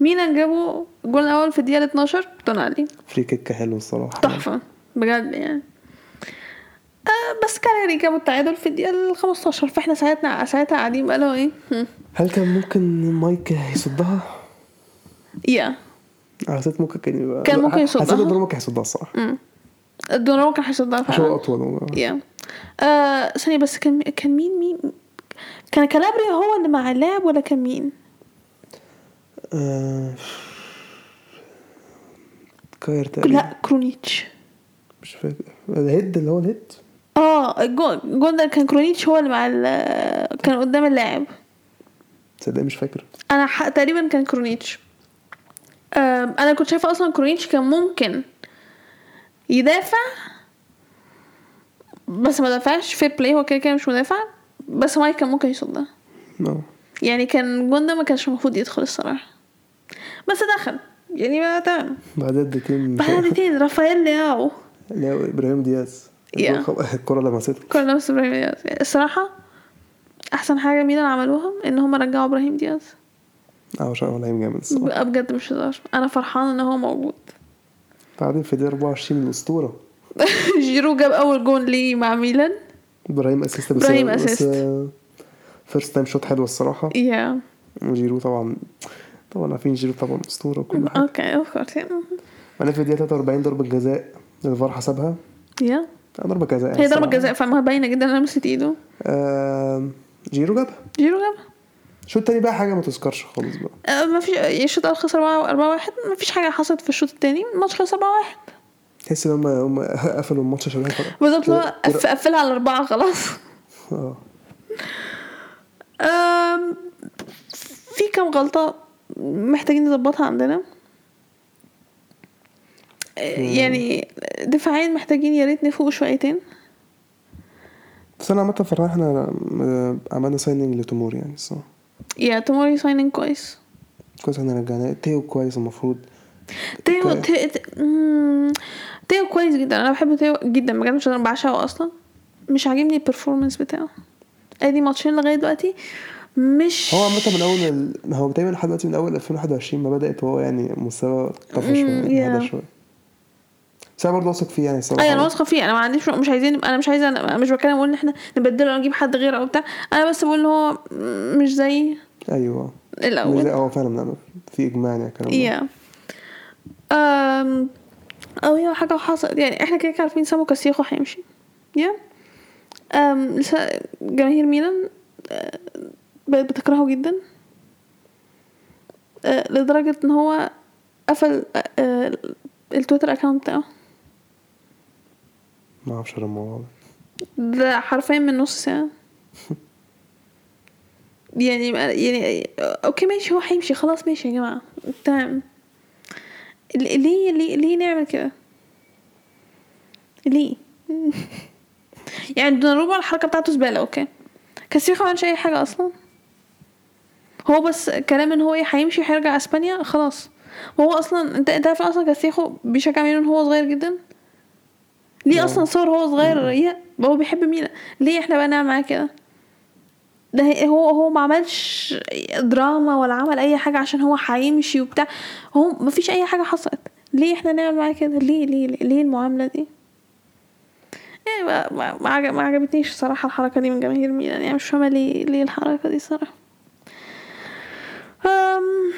Speaker 1: ميلان جابوا الجول الأول في الدقيقة 12 تونالي
Speaker 2: فري كيك حلو الصراحه
Speaker 1: تحفة بجد يعني آه بس كالياري جابوا التعادل في الدقيقة ال 15 فاحنا ساعتنا ساعتها قاعدين بقى اللي هو ايه هم،
Speaker 2: هل كان ممكن مايك يصدها؟
Speaker 1: يا
Speaker 2: حسيت ممكن كان يبقى
Speaker 1: كان ممكن يصدها.
Speaker 2: حسيت ان هو ممكن يصدها الصراحه
Speaker 1: دوناروما كان هيصدها
Speaker 2: عشان هو
Speaker 1: فعلا
Speaker 2: اطول والله.
Speaker 1: يا آه ثانية بس كان كان مين مين كان كالابريا هو اللي مع اللاعب ولا كان مين؟
Speaker 2: آه، كاير تقريبا
Speaker 1: لا كرونيتش
Speaker 2: مش فاكر الهيد اللي هو الهيد
Speaker 1: اه الجول الجول ده كان كرونيتش هو اللي مع ال- كان قدام اللاعب
Speaker 2: تصدق مش فاكر
Speaker 1: انا ح... تقريبا كان كرونيتش آم، انا كنت شايفه اصلا كرونيتش كان ممكن يدافع بس ما دافعش فير بلاي هو كده كده مش مدافع بس مايك كان ممكن يصدها
Speaker 2: اه
Speaker 1: يعني كان الجون ده ما كانش المفروض يدخل الصراحه بس دخل يعني ما تمام
Speaker 2: بعد الدقيقتين
Speaker 1: بعد تاني رافائيل لياو
Speaker 2: اللي هو ابراهيم دياز
Speaker 1: يا.
Speaker 2: الكرة- الكرة لمسته
Speaker 1: كل نفس ابراهيم دياز يعني الصراحه احسن حاجه ميلان عملوها ان هم رجعوا ابراهيم دياز
Speaker 2: اه مش هو لعيب جامد الصراحه
Speaker 1: بقى بجد مش هزار انا فرحانه ان هو موجود
Speaker 2: بعدين في دقيقة 24 الاسطورة
Speaker 1: <laughs> جيرو جاب اول جون ليه مع ميلان
Speaker 2: ابراهيم اسيست بس
Speaker 1: إبراهيم assist.
Speaker 2: فيرست تايم شوت حلوة الصراحة
Speaker 1: يا
Speaker 2: وجيرو طبعا طبعا عارفين جيرو طبعا اسطورة وكل حاجة
Speaker 1: اوكي اوف كورس
Speaker 2: بعدين في دقيقة 43 ضربة جزاء الفار حسبها
Speaker 1: يا
Speaker 2: ضربة جزاء يعني
Speaker 1: هي ضربه
Speaker 2: الصراحة.
Speaker 1: جزاء فما باينه جدا انا مسكت ايده
Speaker 2: آه، جيرو جابها
Speaker 1: جيرو جابها
Speaker 2: الشوط التاني بقى حاجة ما تذكرش خالص بقى
Speaker 1: آه، ما فيش يعني الشوط الاول خسر 4 1 ما فيش حاجه حصلت في الشوط الثاني الماتش خلص 4 1
Speaker 2: تحس ان هم هم <laughs> قفلوا الماتش عشان الفرق
Speaker 1: بالظبط اللي هو قف- قفلها على اربعه خلاص
Speaker 2: اه
Speaker 1: أم، في كام غلطة محتاجين نظبطها عندنا أه، يعني دفاعيا محتاجين يا ريت نفوق شويتين
Speaker 2: بس انا عامة فرحان احنا آه، عملنا سايننج لتمور يعني الصراحة
Speaker 1: يا توموري ساينين كويس
Speaker 2: كويس احنا رجعناه تيو كويس المفروض
Speaker 1: تيو
Speaker 2: كويس.
Speaker 1: تيو, مم، تيو كويس جدا انا بحب تيو جدا بجد مش انا بعشقه اصلا مش عاجبني البرفورمانس بتاعه ادي ماتشين لغايه دلوقتي مش
Speaker 2: هو عامة من اول ال... هو تقريبا لحد دلوقتي من اول 2021 ما بدأت وهو يعني مستوى طفى
Speaker 1: مم،
Speaker 2: شوية
Speaker 1: yeah.
Speaker 2: هذا شوية بس انا برضه واثق فيه يعني الصراحة
Speaker 1: ايوه انا واثقه فيه انا ما عنديش مش عايزين انا مش عايزه انا مش بتكلم اقول ان احنا نبدله ونجيب حد غيره او بتاع انا بس بقول ان هو مش زي
Speaker 2: ايوه مش زي
Speaker 1: الاول
Speaker 2: هو فعلا من في اجماع يعني الكلام ده
Speaker 1: يا امم او هي حاجه حصلت يعني احنا كده كده عارفين سامو كاسيخو هيمشي يا أم لسه جماهير ميلان آه، بقت بتكرهه جدا آه، لدرجة ان هو قفل آه، آه، التويتر اكونت بتاعه
Speaker 2: ما اعرفش غير الموضوع ده
Speaker 1: ده حرفيا من نص ساعة <laughs> يعني يعني اوكي ماشي هو هيمشي خلاص ماشي يا جماعة تمام ال- ليه ليه ليه نعمل كده ليه يعني دوناروما الحركة بتاعته زبالة اوكي كاسيخو ما عملش اي حاجة اصلا هو بس كلام ان هو ايه هيمشي هيرجع اسبانيا خلاص هو اصلا انت انت عارف اصلا كاسيخو بيشجع ميلان وهو صغير جدا ليه اصلا صور هو صغير يا هو بيحب مينا ليه احنا بقى نعمل معاه كده ده هي- هو هو ما عملش دراما ولا عمل اي حاجه عشان هو هيمشي وبتاع هو ما فيش اي حاجه حصلت ليه احنا نعمل معاه كده ليه ليه ليه, ليه المعامله دي يعني ما- ما ما عجب- ما عجبتنيش الصراحه الحركه دي من جماهير ميلان يعني مش فاهمه ليه ليه الحركه دي صراحه أم،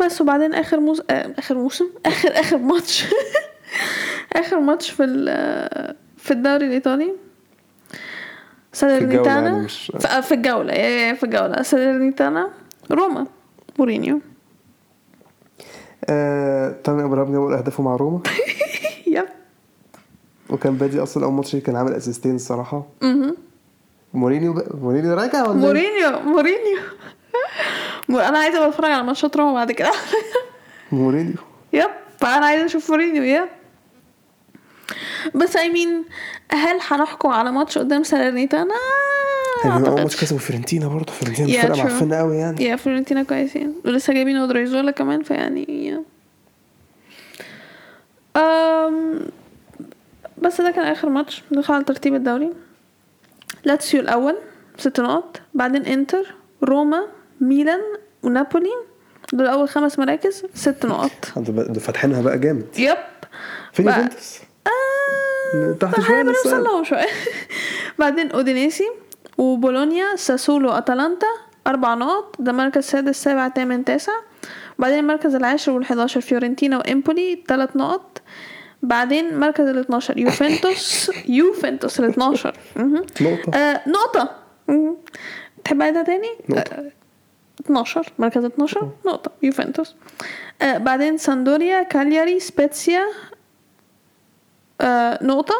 Speaker 1: بس وبعدين اخر موس... آه، اخر موسم <laughs> اخر اخر ماتش <laughs> اخر ماتش في ال... آه، في الدوري الايطالي ساليرنيتانا
Speaker 2: يعني مش-
Speaker 1: في, آه، في الجوله آه، في الجوله ساليرنيتانا روما مورينيو
Speaker 2: آه، تامي ابراهام جاب اهدافه مع روما
Speaker 1: <laughs> يب
Speaker 2: وكان بادي اصلا اول ماتش كان عامل اسيستين الصراحه
Speaker 1: مهم.
Speaker 2: مورينيو بقى مورينيو راجع ولا إيه؟
Speaker 1: مورينيو مورينيو <laughs> مو- انا عايزه أبقى اتفرج على ماتشات روما بعد كده <laughs>
Speaker 2: مورينيو
Speaker 1: يب انا عايزه اشوف مورينيو يب بس اي مين هل هنحكم على ماتش قدام سالرنيتانا
Speaker 2: يعني اول ماتش
Speaker 1: اعتقد
Speaker 2: كسبوا فيرنتينا برضه فيرنتينا مش
Speaker 1: آه، Yeah,
Speaker 2: فرقه
Speaker 1: true.
Speaker 2: معفنه قوي يعني
Speaker 1: يا فلورنتينا كويسين ولسه جايبين اودريزولا كمان فيعني أم بس ده كان اخر ماتش ندخل على ترتيب الدوري لاتسيو الاول ست نقط بعدين انتر روما ميلان ونابولي دول اول خمس مراكز ست نقط
Speaker 2: انتوا بقى- انتوا فاتحينها بقى جامد
Speaker 1: يب
Speaker 2: فين
Speaker 1: بقى-
Speaker 2: يوفنتوس؟
Speaker 1: آه،
Speaker 2: تحت
Speaker 1: طب
Speaker 2: شوية
Speaker 1: هنعمل
Speaker 2: لسه.
Speaker 1: نوصل لهم شوية <laughs> بعدين اودينيسي وبولونيا ساسولو اتلانتا اربع نقط ده مركز سادس سابع تامن تاسع بعدين المركز العاشر والحداشر فيورنتينا وامبولي تلات نقط بعدين مركز ال 12
Speaker 2: <laughs>
Speaker 1: يوفنتوس يوفنتوس ال 12 مهم.
Speaker 2: نقطة.
Speaker 1: آه نقطة مهم. تحب عايزها تاني؟
Speaker 2: نقطة.
Speaker 1: آه، 12 مركز 12 نقطة يوفنتوس آه بعدين ساندوريا كالياري سبيتسيا آه نقطة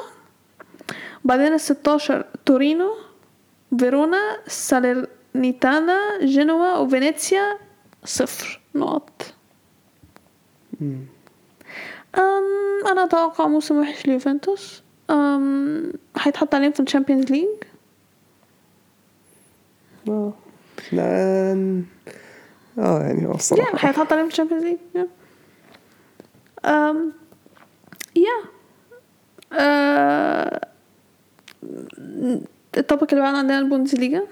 Speaker 1: بعدين ال 16 تورينو فيرونا ساليرنيتانا جنوا وفينيسيا صفر نقط
Speaker 2: مم.
Speaker 1: أم أنا أتوقع موسم وحش ليوفنتوس أم هيتحط عليهم في الشامبيونز ليج
Speaker 2: اه لا اه يعني هو
Speaker 1: يا
Speaker 2: الصراحه
Speaker 1: هيتحط عليهم في الشامبيونز ليج يا. أم يا آه، التوبيك اللي بعد عندنا البوندسليجا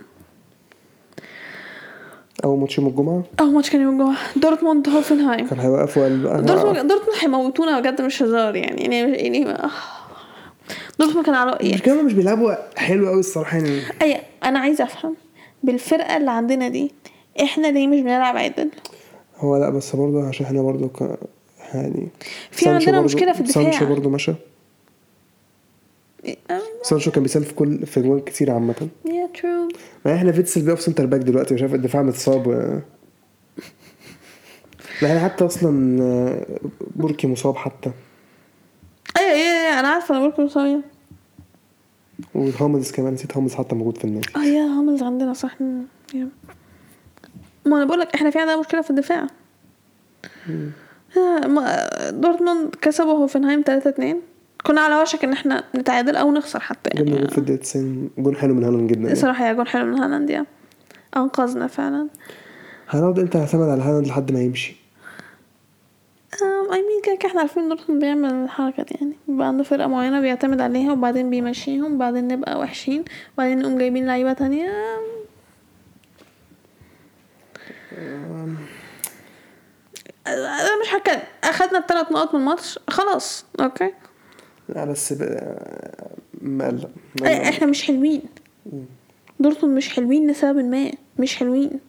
Speaker 2: اول ماتش يوم الجمعه
Speaker 1: أول ماتش كان يوم الجمعة دورتموند هوفنهايم
Speaker 2: كان آه. هيوقفوا قال بقى هنوقف.
Speaker 1: دورتموند دورتموند هيموتونا بجد مش هزار يعني يعني يعني آه. دورتموند كان على يعني
Speaker 2: مش كده مش بيلعبوا حلو قوي الصراحه يعني
Speaker 1: أي أنا عايزة أفهم بالفرقة اللي عندنا دي إحنا ليه مش بنلعب عدل؟
Speaker 2: هو لا بس برضه عشان احنا برضه ك... يعني
Speaker 1: في
Speaker 2: سانشو
Speaker 1: عندنا
Speaker 2: برضه-
Speaker 1: مشكلة في الدفاع.
Speaker 2: سانشو برضه مشى سانشو كان بيسال في كل في جوان كتير عامه
Speaker 1: يا ترو
Speaker 2: ما احنا فيتسل بيقف سنتر باك دلوقتي مش عارف الدفاع متصاب و- لا احنا حتى اصلا آه، بوركي مصاب حتى
Speaker 1: أيوة أيوة أيوة، أنا عارفة أنا بقولكم صايع
Speaker 2: وهاملز كمان نسيت هاملز حتى موجود في النادي
Speaker 1: اه يا هاملز عندنا صح يا. ما انا بقولك احنا في عندنا مشكله في الدفاع آه، ما- دورتموند كسبوا هوفنهايم 3 2 كنا على وشك ان احنا نتعادل او نخسر حتى
Speaker 2: جبنا جول
Speaker 1: يعني
Speaker 2: في الدقيقة 90 جول حلو من هالاند جدا يعني.
Speaker 1: صراحه يا جون حلو من هالاند يا. انقذنا فعلا
Speaker 2: هنقعد امتى نعتمد على هالاند لحد ما يمشي
Speaker 1: اي مين آه، كده كده احنا عارفين دورتموند بيعمل الحركه دي يعني بيبقى عنده فرقه معينه بيعتمد عليها وبعدين بيمشيهم وبعدين نبقى وحشين وبعدين نقوم جايبين لعيبه تانية انا مش هتكلم اخدنا الثلاث نقط من الماتش خلاص اوكي
Speaker 2: لا بس ب... مقلق مقلق.
Speaker 1: احنا إيه، مش حلوين دورتموند مش حلوين لسبب ما مش حلوين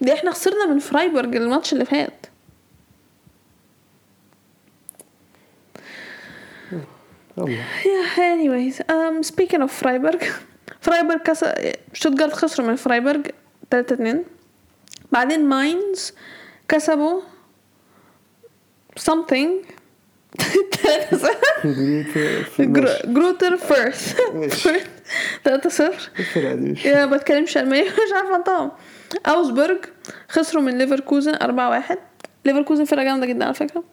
Speaker 1: دي احنا خسرنا من فرايبورج الماتش اللي فات
Speaker 2: <laughs> يلا
Speaker 1: Yeah, anyways um, speaking of Freiburg <laughs> Freiburg كسر شوتجارت خسروا من Freiburg 3 2 بعدين ماينز كسبوا something <laughs> 3 0
Speaker 2: دي في ماشي.
Speaker 1: جروتر فيرث <laughs>
Speaker 2: ماشي.
Speaker 1: 3 0
Speaker 2: الفرقة دي مش
Speaker 1: يا ما بتكلمش <laughs> الماني مش عارفه انطقهم اوزبرج خسروا من ليفركوزن 4 1 ليفركوزن فرقه جامده جدا على فكره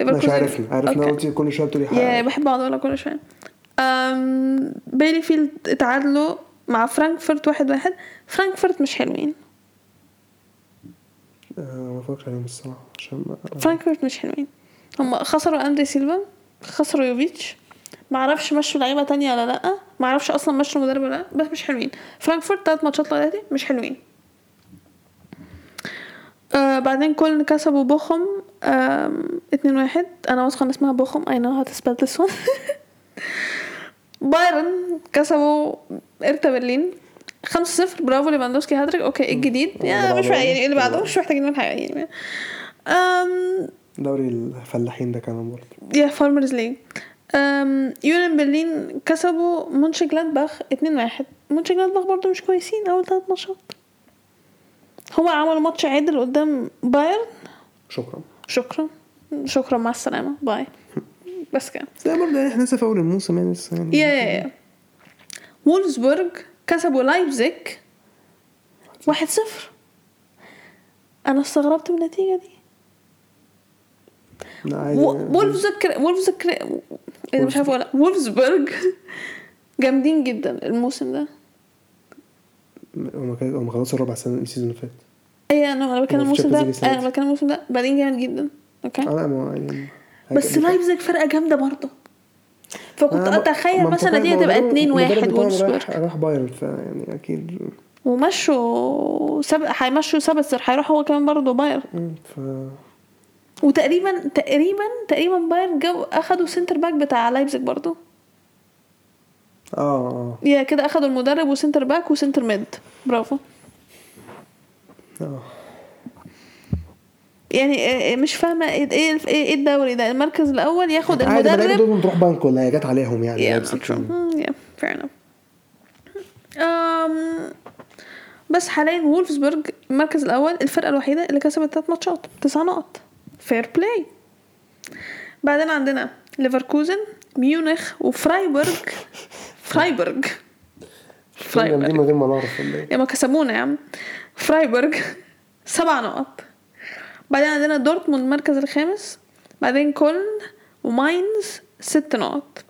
Speaker 2: مش عارفنا عرفنا
Speaker 1: أوكي.
Speaker 2: قلت كل شويه بتقولي
Speaker 1: يا
Speaker 2: حاجه
Speaker 1: بحب اقعد اقولها كل شويه أم، بيلي فيلد اتعادلوا مع فرانكفورت واحد واحد فرانكفورت مش حلوين
Speaker 2: آه، ما فكرش عليهم الصراحه عشان ما-
Speaker 1: فرانكفورت مش حلوين هم خسروا اندري سيلفا خسروا يوفيتش معرفش مشوا لعيبه تانية ولا لا معرفش اصلا مشوا مدرب ولا لا بس مش حلوين فرانكفورت تلات ماتشات لغايه دلوقتي مش حلوين آه بعدين كولن كسبوا بوخم آم، اتنين واحد انا واثقه ان اسمها بوخم اي نو هاو تو سبيل ذس وان <laughs> بايرن كسبوا ارتا برلين 5-0 برافو ليفاندوسكي هاتريك اوكي ايه الجديد يا
Speaker 2: برافو.
Speaker 1: مش محتاج- يعني اللي بعده مش محتاجين من حاجه يعني أم
Speaker 2: دوري الفلاحين ده كمان برضه
Speaker 1: يا فارمرز ليج أم يونان برلين كسبوا مونشن جلادباخ 2-1 مونشن جلادباخ برضو مش كويسين اول ثلاث ماتشات هما عملوا ماتش عدل قدام بايرن
Speaker 2: شكرا
Speaker 1: شكرا شكرا مع السلامه باي بس كده
Speaker 2: بس ده برضه يعني احنا لسه في اول الموسم يعني لسه يعني
Speaker 1: يا يا يا وولفسبورج كسبوا لايبزيج 1-0 انا استغربت من النتيجه دي
Speaker 2: لا عادي يعني.
Speaker 1: وولفزك وولفزك انا مش عارفه ولا وولفزبرج جامدين جدا الموسم ده
Speaker 2: هم كان- هم خلصوا الربع سنه السيزون اللي فات
Speaker 1: اي انا انا بتكلم
Speaker 2: في
Speaker 1: الموسم ده
Speaker 2: Champions League السنة
Speaker 1: انا
Speaker 2: دي.
Speaker 1: بتكلم الموسم ده بعدين جامد جدا اوكي
Speaker 2: اه لا ما هو يعني
Speaker 1: بس لايبزيج فرقه جامده برضه فكنت
Speaker 2: أنا-
Speaker 1: اتخيل
Speaker 2: منطقية
Speaker 1: مثلا دي تبقى
Speaker 2: المدرب-
Speaker 1: 2
Speaker 2: المدرب
Speaker 1: 1
Speaker 2: بتاعهم
Speaker 1: وولفسبورج
Speaker 2: راح راح بايرن يعني فيعني اكيد
Speaker 1: ومشوا سب... هيمشوا سبتسر هيروح هو كمان برضه بايرن
Speaker 2: مم، ف
Speaker 1: وتقريبا تقريبا تقريبا بايرن جو اخدوا سنتر باك بتاع لايبزيج برضه
Speaker 2: اه اه
Speaker 1: يا كده اخدوا المدرب وسنتر باك وسنتر ميد برافو
Speaker 2: اه
Speaker 1: يعني آه، آه، مش فاهمه ايه ايه إيه الدوري ده المركز الاول ياخد
Speaker 2: عادي، ما اللعيبة
Speaker 1: المدرب
Speaker 2: دول تروح بانكو اللي هي جت عليهم يعني
Speaker 1: Yeah,
Speaker 2: لابسك
Speaker 1: true.
Speaker 2: يعني.
Speaker 1: Mm, yeah, fair enough. أم، بس حاليا وولفسبرج المركز الاول الفرقه الوحيده اللي كسبت ثلاث ماتشات تسع نقط فير بلاي بعدين عندنا ليفركوزن ميونخ وفرايبرج فرايبرج
Speaker 2: يعني دي
Speaker 1: فرايبرج
Speaker 2: من غير ما نعرف ولا ايه
Speaker 1: يا ما كسبونا يا عم فرايبرج <laughs> سبع نقط بعدين عندنا دورتموند المركز الخامس بعدين كولن وماينز ست نقط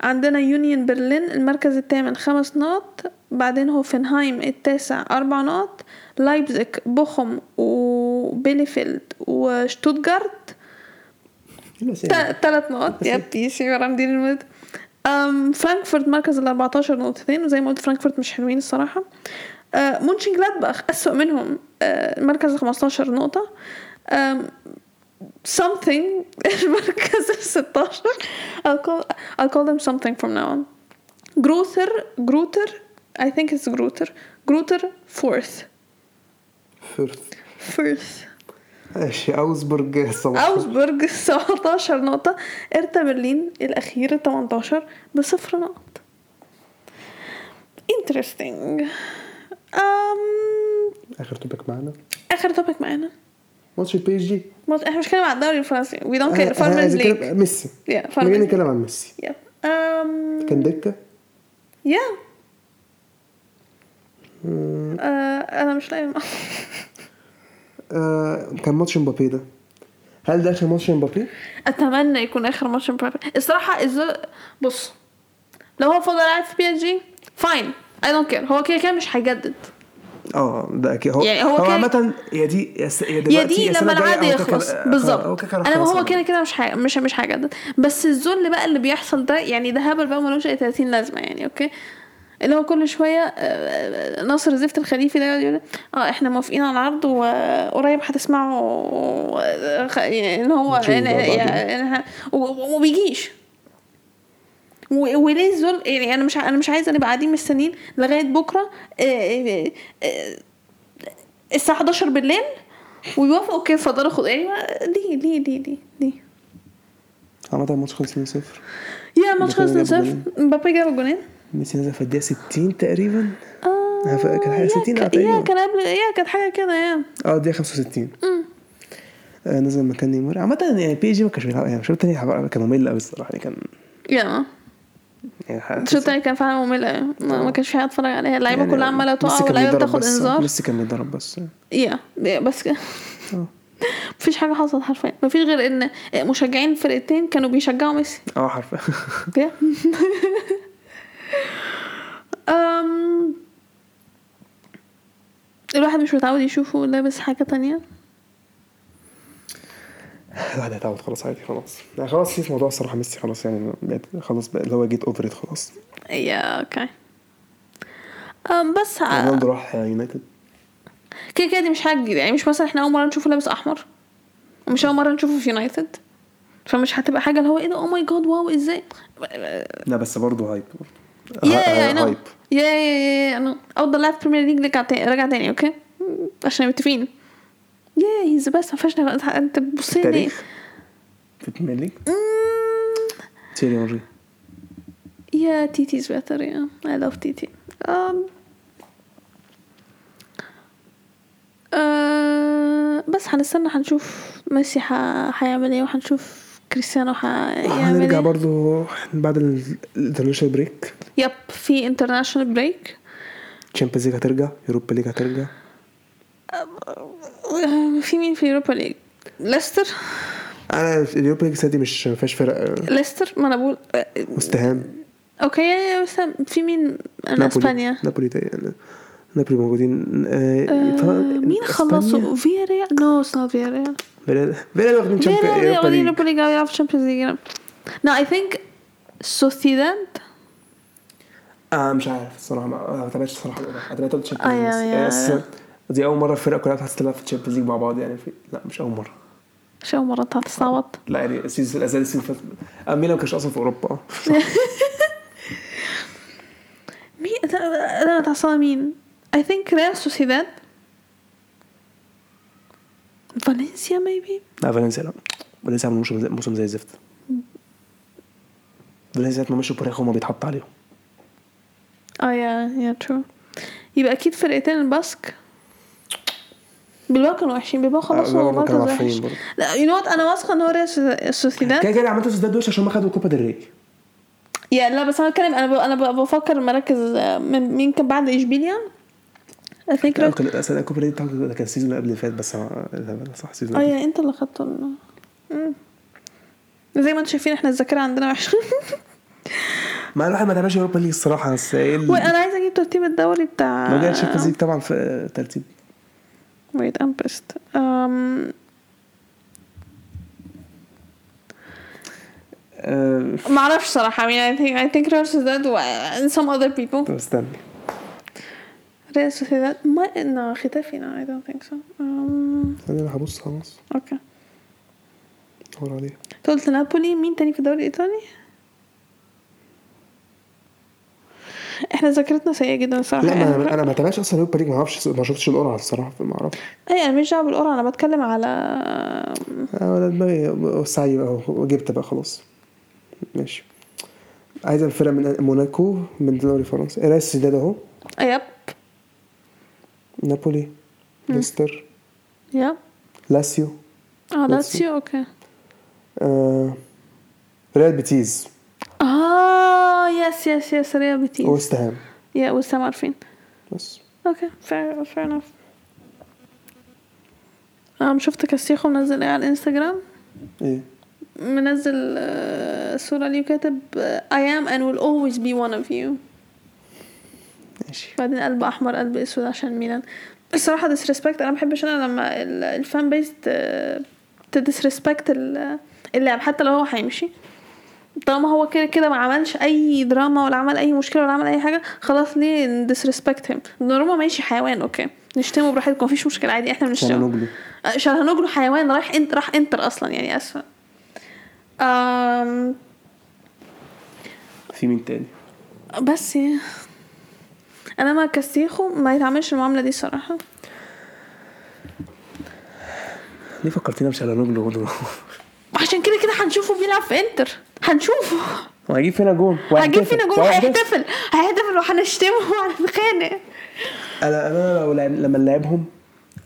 Speaker 1: عندنا يونيون برلين المركز الثامن خمس نقط بعدين هوفنهايم التاسع أربع نقط لايبزيج بوخم وبيليفيلد وشتوتجارت
Speaker 2: إيه الأسامي دي؟
Speaker 1: ثلاث نقط يا بيسي ورا مدير المود أم فرانكفورت مركز ال 14 نقطتين وزي ما قلت فرانكفورت مش حلوين الصراحة أه مونشن جلادباخ أسوأ منهم أه المركز ال 15 نقطة أم something <laughs> المركز ال 16 I'll call I'll call them something from now on جروثر جروتر I think it's جروتر جروتر fourth
Speaker 2: فيرث
Speaker 1: first
Speaker 2: ماشي اوزبورج
Speaker 1: <laughs>
Speaker 2: 17
Speaker 1: اوزبورج 17 نقطة ارتا برلين الأخير 18 بصفر نقط interesting أم...
Speaker 2: اخر توبيك معانا
Speaker 1: آخر توبيك معانا
Speaker 2: ماتش البي اس جي
Speaker 1: مط- احنا مش بنتكلم عن الدوري الفرنسي we don't
Speaker 2: آه،
Speaker 1: care farmers
Speaker 2: عايز أتكلم-
Speaker 1: league
Speaker 2: ميسي
Speaker 1: yeah
Speaker 2: خلينا
Speaker 1: farmers
Speaker 2: نتكلم عن ميسي
Speaker 1: yeah um
Speaker 2: كان دكه
Speaker 1: yeah
Speaker 2: مم،
Speaker 1: آه، انا مش لاقي الم-
Speaker 2: آه، كان ماتش مبابي ده هل ده اخر ماتش مبابي؟
Speaker 1: اتمنى يكون اخر ماتش مبابي الصراحه اذا بص لو هو فضل قاعد في بي اس جي فاين اي دونت كير هو كده كده مش هيجدد
Speaker 2: اه ده اكيد هو
Speaker 1: يعني هو
Speaker 2: هو
Speaker 1: كان-
Speaker 2: عامة يا دي يا س- يا
Speaker 1: يا
Speaker 2: دلوقتي
Speaker 1: دي
Speaker 2: يا
Speaker 1: لما
Speaker 2: سنة جاية
Speaker 1: العقد
Speaker 2: أو كده
Speaker 1: يخلص
Speaker 2: خلاص. آه، هو
Speaker 1: بالظبط
Speaker 2: كده خلاص
Speaker 1: انا ما هو
Speaker 2: خلاص.
Speaker 1: كده كده مش حي... مش مش هيجدد بس الذل بقى اللي بيحصل ده يعني ده هبل بقى ملوش اي 30 لازمه يعني اوكي اللي هو كل شويه آه، ناصر زفت الخليفي ده يقعد يقول اه احنا موافقين على العرض وقريب هتسمعوا آه، خ- يعني ان هو
Speaker 2: نشوف
Speaker 1: يعني
Speaker 2: بقى بعدين.
Speaker 1: يعني ه- و- وما بيجيش و- وليه الذل يعني انا مش ع- انا مش عايزه نبقى قاعدين مستنيين لغايه بكره آه، آه، آه، الساعة 11 بالليل ويوافقوا اوكي اتفضلوا خدوا يعني ما- ليه ليه ليه ليه ليه
Speaker 2: عامة الماتش خلص 2-0
Speaker 1: يا ماتش خلص
Speaker 2: مبابي جاب
Speaker 1: 2-0 مبابي جاب الجونين
Speaker 2: ميسي نزل في الدقيقة 60 تقريبا
Speaker 1: اه
Speaker 2: أنا فاكر آه، كان حاجة
Speaker 1: يا
Speaker 2: 60
Speaker 1: ك-
Speaker 2: أعتقد.
Speaker 1: يا كان قبل يا كانت حاجة كده يا
Speaker 2: اه الدقيقة 65 آه نزل مكان نيمار عامة يعني بي جي ما كانش بيلعب يعني الشوط التاني حبا- كان ممل قوي الصراحة يعني كان
Speaker 1: يا
Speaker 2: يعني حاجة-
Speaker 1: الشوط التاني كان فعلا ممل أوي. ما ما كانش في حاجة اتفرج عليها اللعيبة
Speaker 2: يعني
Speaker 1: كلها عمالة
Speaker 2: ميسي
Speaker 1: تقع
Speaker 2: كان
Speaker 1: واللعيبة
Speaker 2: بيضرب
Speaker 1: بتاخد
Speaker 2: بس.
Speaker 1: انذار
Speaker 2: ميسي كان بيضرب بس
Speaker 1: يا يا بس كده
Speaker 2: اه
Speaker 1: مفيش حاجة حصلت حرفيا مفيش غير ان مشجعين الفرقتين كانوا بيشجعوا ميسي
Speaker 2: اه حرفيا
Speaker 1: Yeah. أم الواحد مش متعود يشوفه لابس حاجة تانية
Speaker 2: واحد واحد هتعود خلاص عادي خلاص يعني خلاص في موضوع الصراحه ميسي خلاص يعني بقيت- خلاص بقى اللي هو جيت اوفر خلاص
Speaker 1: يا اوكي أم بس ع-
Speaker 2: رونالدو راح يونايتد
Speaker 1: كده كده دي مش حاجه جديده يعني مش مثلا احنا اول مره نشوفه لابس احمر ومش اول مره نشوفه في يونايتد فمش هتبقى حاجه اللي هو ايه ده او ماي جاد واو ازاي
Speaker 2: لا بس برضه آه، هايب
Speaker 1: يا يا انا
Speaker 2: هايب
Speaker 1: يا يا يا انا افضل لاعب في البريمير ليج رجع تاني رجع تاني اوكي عشان متفقين يا هيز بس ما فيهاش نقاش. انت بص لي ليه؟
Speaker 2: تاريخ في البريمير ليج
Speaker 1: أمم،
Speaker 2: تيري اونري
Speaker 1: يا تيتيز بيتر يا اي لاف تيتي Um, أم. آه، بس هنستنى هنشوف ميسي ح- هيعمل ايه وهنشوف كريستيانو هيعمل
Speaker 2: آه، هنرجع
Speaker 1: ايه
Speaker 2: برضه بعد الانترناشونال بريك
Speaker 1: يب في انترناشونال بريك
Speaker 2: تشامبيونز ليج هترجع يوروبا ليج هترجع
Speaker 1: آه، في مين في اليوروبا ليج ليستر
Speaker 2: انا في اليوروبا ليج السنه دي مش ما فيهاش فرق آه،
Speaker 1: ليستر ما انا بقول آه،
Speaker 2: مستهام
Speaker 1: اوكي بس في مين من اسبانيا
Speaker 2: نابولي تقريباً. نابولي موجودين آه،
Speaker 1: آه،
Speaker 2: إيطاليا-
Speaker 1: مين
Speaker 2: إسبانيا.
Speaker 1: خلصوا فيا ريال نو اتس نوت فيا ريال
Speaker 2: فيلا فيلا واخدين
Speaker 1: فيا
Speaker 2: تشامبيونز
Speaker 1: ريال
Speaker 2: يوروبا
Speaker 1: ياخدين
Speaker 2: ليج
Speaker 1: يوروبا ليج او يلعبوا تشامبيونز ليج نو اي ثينك سوسيداد
Speaker 2: آه مش عارف الصراحه ما ما تابعتش الصراحه الأوروبا. انا تابعت
Speaker 1: آه، يا- يا-
Speaker 2: الشامبيونز دي اول مره الفرق كلها هتلعب في الشامبيونز ليج مع بعض يعني في... لا مش اول مره
Speaker 1: مش اول مره انت هتستعبط
Speaker 2: لا يعني السيزون الازال السيزون اللي فات آه، ميلان ما كانش اصلا في اوروبا
Speaker 1: مين انا متعصبه مين اي ثينك ريال سوسيداد فالنسيا ميبي
Speaker 2: لا فالنسيا لا فالنسيا عملوا موسم زي- موسم زي الزفت فالنسيا ما مشوا بوريخ وما بيتحط عليهم
Speaker 1: اه يا يا ترو يبقى اكيد فرقتين الباسك بالباو كانوا وحشين بالباو خلصوا
Speaker 2: بالباو
Speaker 1: مركز
Speaker 2: آه، كانوا
Speaker 1: وحش
Speaker 2: عارفين برضه.
Speaker 1: لا يو نو وات انا واثقه ان هو ريال سوسي- سوسيداد
Speaker 2: كده كده عملت سداد وش عشان ما خدوا كوبا دري
Speaker 1: يا لا بس انا بتكلم انا ب... انا ب... بفكر مركز آه، من مين كان بعد اشبيليا I think
Speaker 2: لا
Speaker 1: right.
Speaker 2: كان أصل كوبا دري بتاعه ده كان السيزون اللي قبل اللي فات بس آه، لا، صح السيزون
Speaker 1: اه
Speaker 2: اللي
Speaker 1: يا انت اللي خدته ال- مم. زي ما انتم شايفين احنا الذاكره عندنا وحشه
Speaker 2: <laughs> قبل. ما الواحد ما تابعش اوروبا ليج الصراحه بس ايه ال-
Speaker 1: وانا عايزه اجيب ترتيب الدوري بتاع
Speaker 2: لو جاي الشامبيونز ليج طبعا في آه، ترتيب
Speaker 1: Wait, I'm pissed. Um,
Speaker 2: آه،
Speaker 1: ما اعرفش صراحه I mean I think I think Real Sociedad و- and some other people
Speaker 2: طب استنى
Speaker 1: Real Sociedad ما no Getafe no I don't think so um,
Speaker 2: استنى انا هبص خلاص
Speaker 1: okay
Speaker 2: دور عليها
Speaker 1: أنت قلت نابولي مين تاني في الدوري الايطالي؟ احنا ذاكرتنا سيئه جدا صراحه
Speaker 2: لا
Speaker 1: يعني.
Speaker 2: ما انا ما تابعش اصلا اوروبا ليج ما اعرفش ما شفتش القرعه الصراحه ما اعرفش
Speaker 1: اي انا مش دعوه بالقرعه انا بتكلم على
Speaker 2: آه، ولا دماغي وسعي بقى وجبت بقى خلاص ماشي عايز الفرقة من موناكو من دوري فرنسا آه، ريال سوسيداد اهو
Speaker 1: آه، يب
Speaker 2: نابولي ليستر
Speaker 1: يب
Speaker 2: لاسيو
Speaker 1: اه لاتسيو اوكي
Speaker 2: آه، ريال بيتيز
Speaker 1: اه يس يس يس ريال بيتيس
Speaker 2: ووست هام
Speaker 1: يا وسام عارفين
Speaker 2: بس
Speaker 1: اوكي فير فير انف انا آه، شفت كاستيخو منزل ايه على الانستجرام
Speaker 2: ايه
Speaker 1: منزل آه، صورة ليه كاتب I am and will always be one of you
Speaker 2: ماشي
Speaker 1: بعدين قلب احمر قلب اسود عشان ميلان الصراحه disrespect انا ما بحبش انا لما ال- الفان بيس ت- تديسريسبكت ال- اللاعب حتى لو هو هيمشي طالما هو كده كده ما عملش اي دراما ولا عمل اي مشكله ولا عمل اي حاجه خلاص ليه disrespect هيم نورما ماشي حيوان اوكي نشتمه براحتكم مفيش مشكله عادي احنا بنشتمه
Speaker 2: شالانوجلو
Speaker 1: آه، شالهانوجلو حيوان رايح انت راح انتر اصلا يعني اسفه آم،
Speaker 2: في مين تاني
Speaker 1: بس يعني. انا ما كاستيخو ما يتعاملش المعامله دي صراحه
Speaker 2: ليه فكرتينا بشالانوجلو برضه <laughs>
Speaker 1: عشان كده كده هنشوفه بيلعب في انتر هنشوفه
Speaker 2: هو هيجيب فينا جون
Speaker 1: هجيب فينا جول
Speaker 2: وهيحتفل.
Speaker 1: هيحتفل هيحتفل وهنشتمه وهنتخانق
Speaker 2: انا انا لو لعب- لما نلعبهم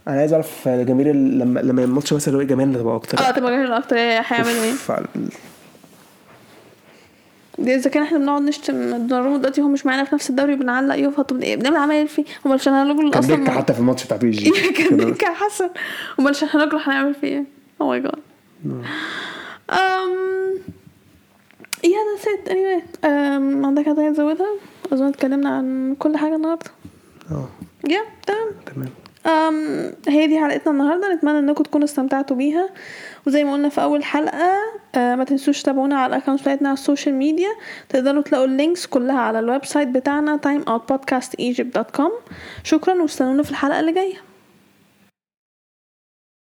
Speaker 2: انا عايز اعرف جماهير ال- لما لما الماتش مثلا لو إيه جماهيرنا تبقى اكتر
Speaker 1: اه طب غير اكتر إيه هيعملوا ايه
Speaker 2: أوف على ال-
Speaker 1: دي اذا كان احنا بنقعد نشتم دوناروما دلوقتي هو مش معانا في نفس الدوري بنعلق يوفا طب إيه؟ بنعمل عمايل فيه امال عشان هنقول
Speaker 2: كان
Speaker 1: اصلا
Speaker 2: دكة حتى في الماتش بتاع بي جي
Speaker 1: ما- <laughs> إيه، كان دكة حسن امال عشان هنقول هنعمل فيه ايه او ماي جاد نعم. ام يا ده سيت اني anyway. أم، عندك حاجه تانية تزودها اظن اتكلمنا عن كل حاجه النهارده
Speaker 2: اه
Speaker 1: يا تمام
Speaker 2: تمام
Speaker 1: أم هي دي حلقتنا النهارده نتمنى انكم تكونوا استمتعتوا بيها وزي ما قلنا في اول حلقه آه، ما تنسوش تتابعونا على الاكونت بتاعتنا على السوشيال ميديا تقدروا تلاقوا اللينكس كلها على الويب سايت بتاعنا timeoutpodcastegypt.com شكرا واستنونا في الحلقه اللي جايه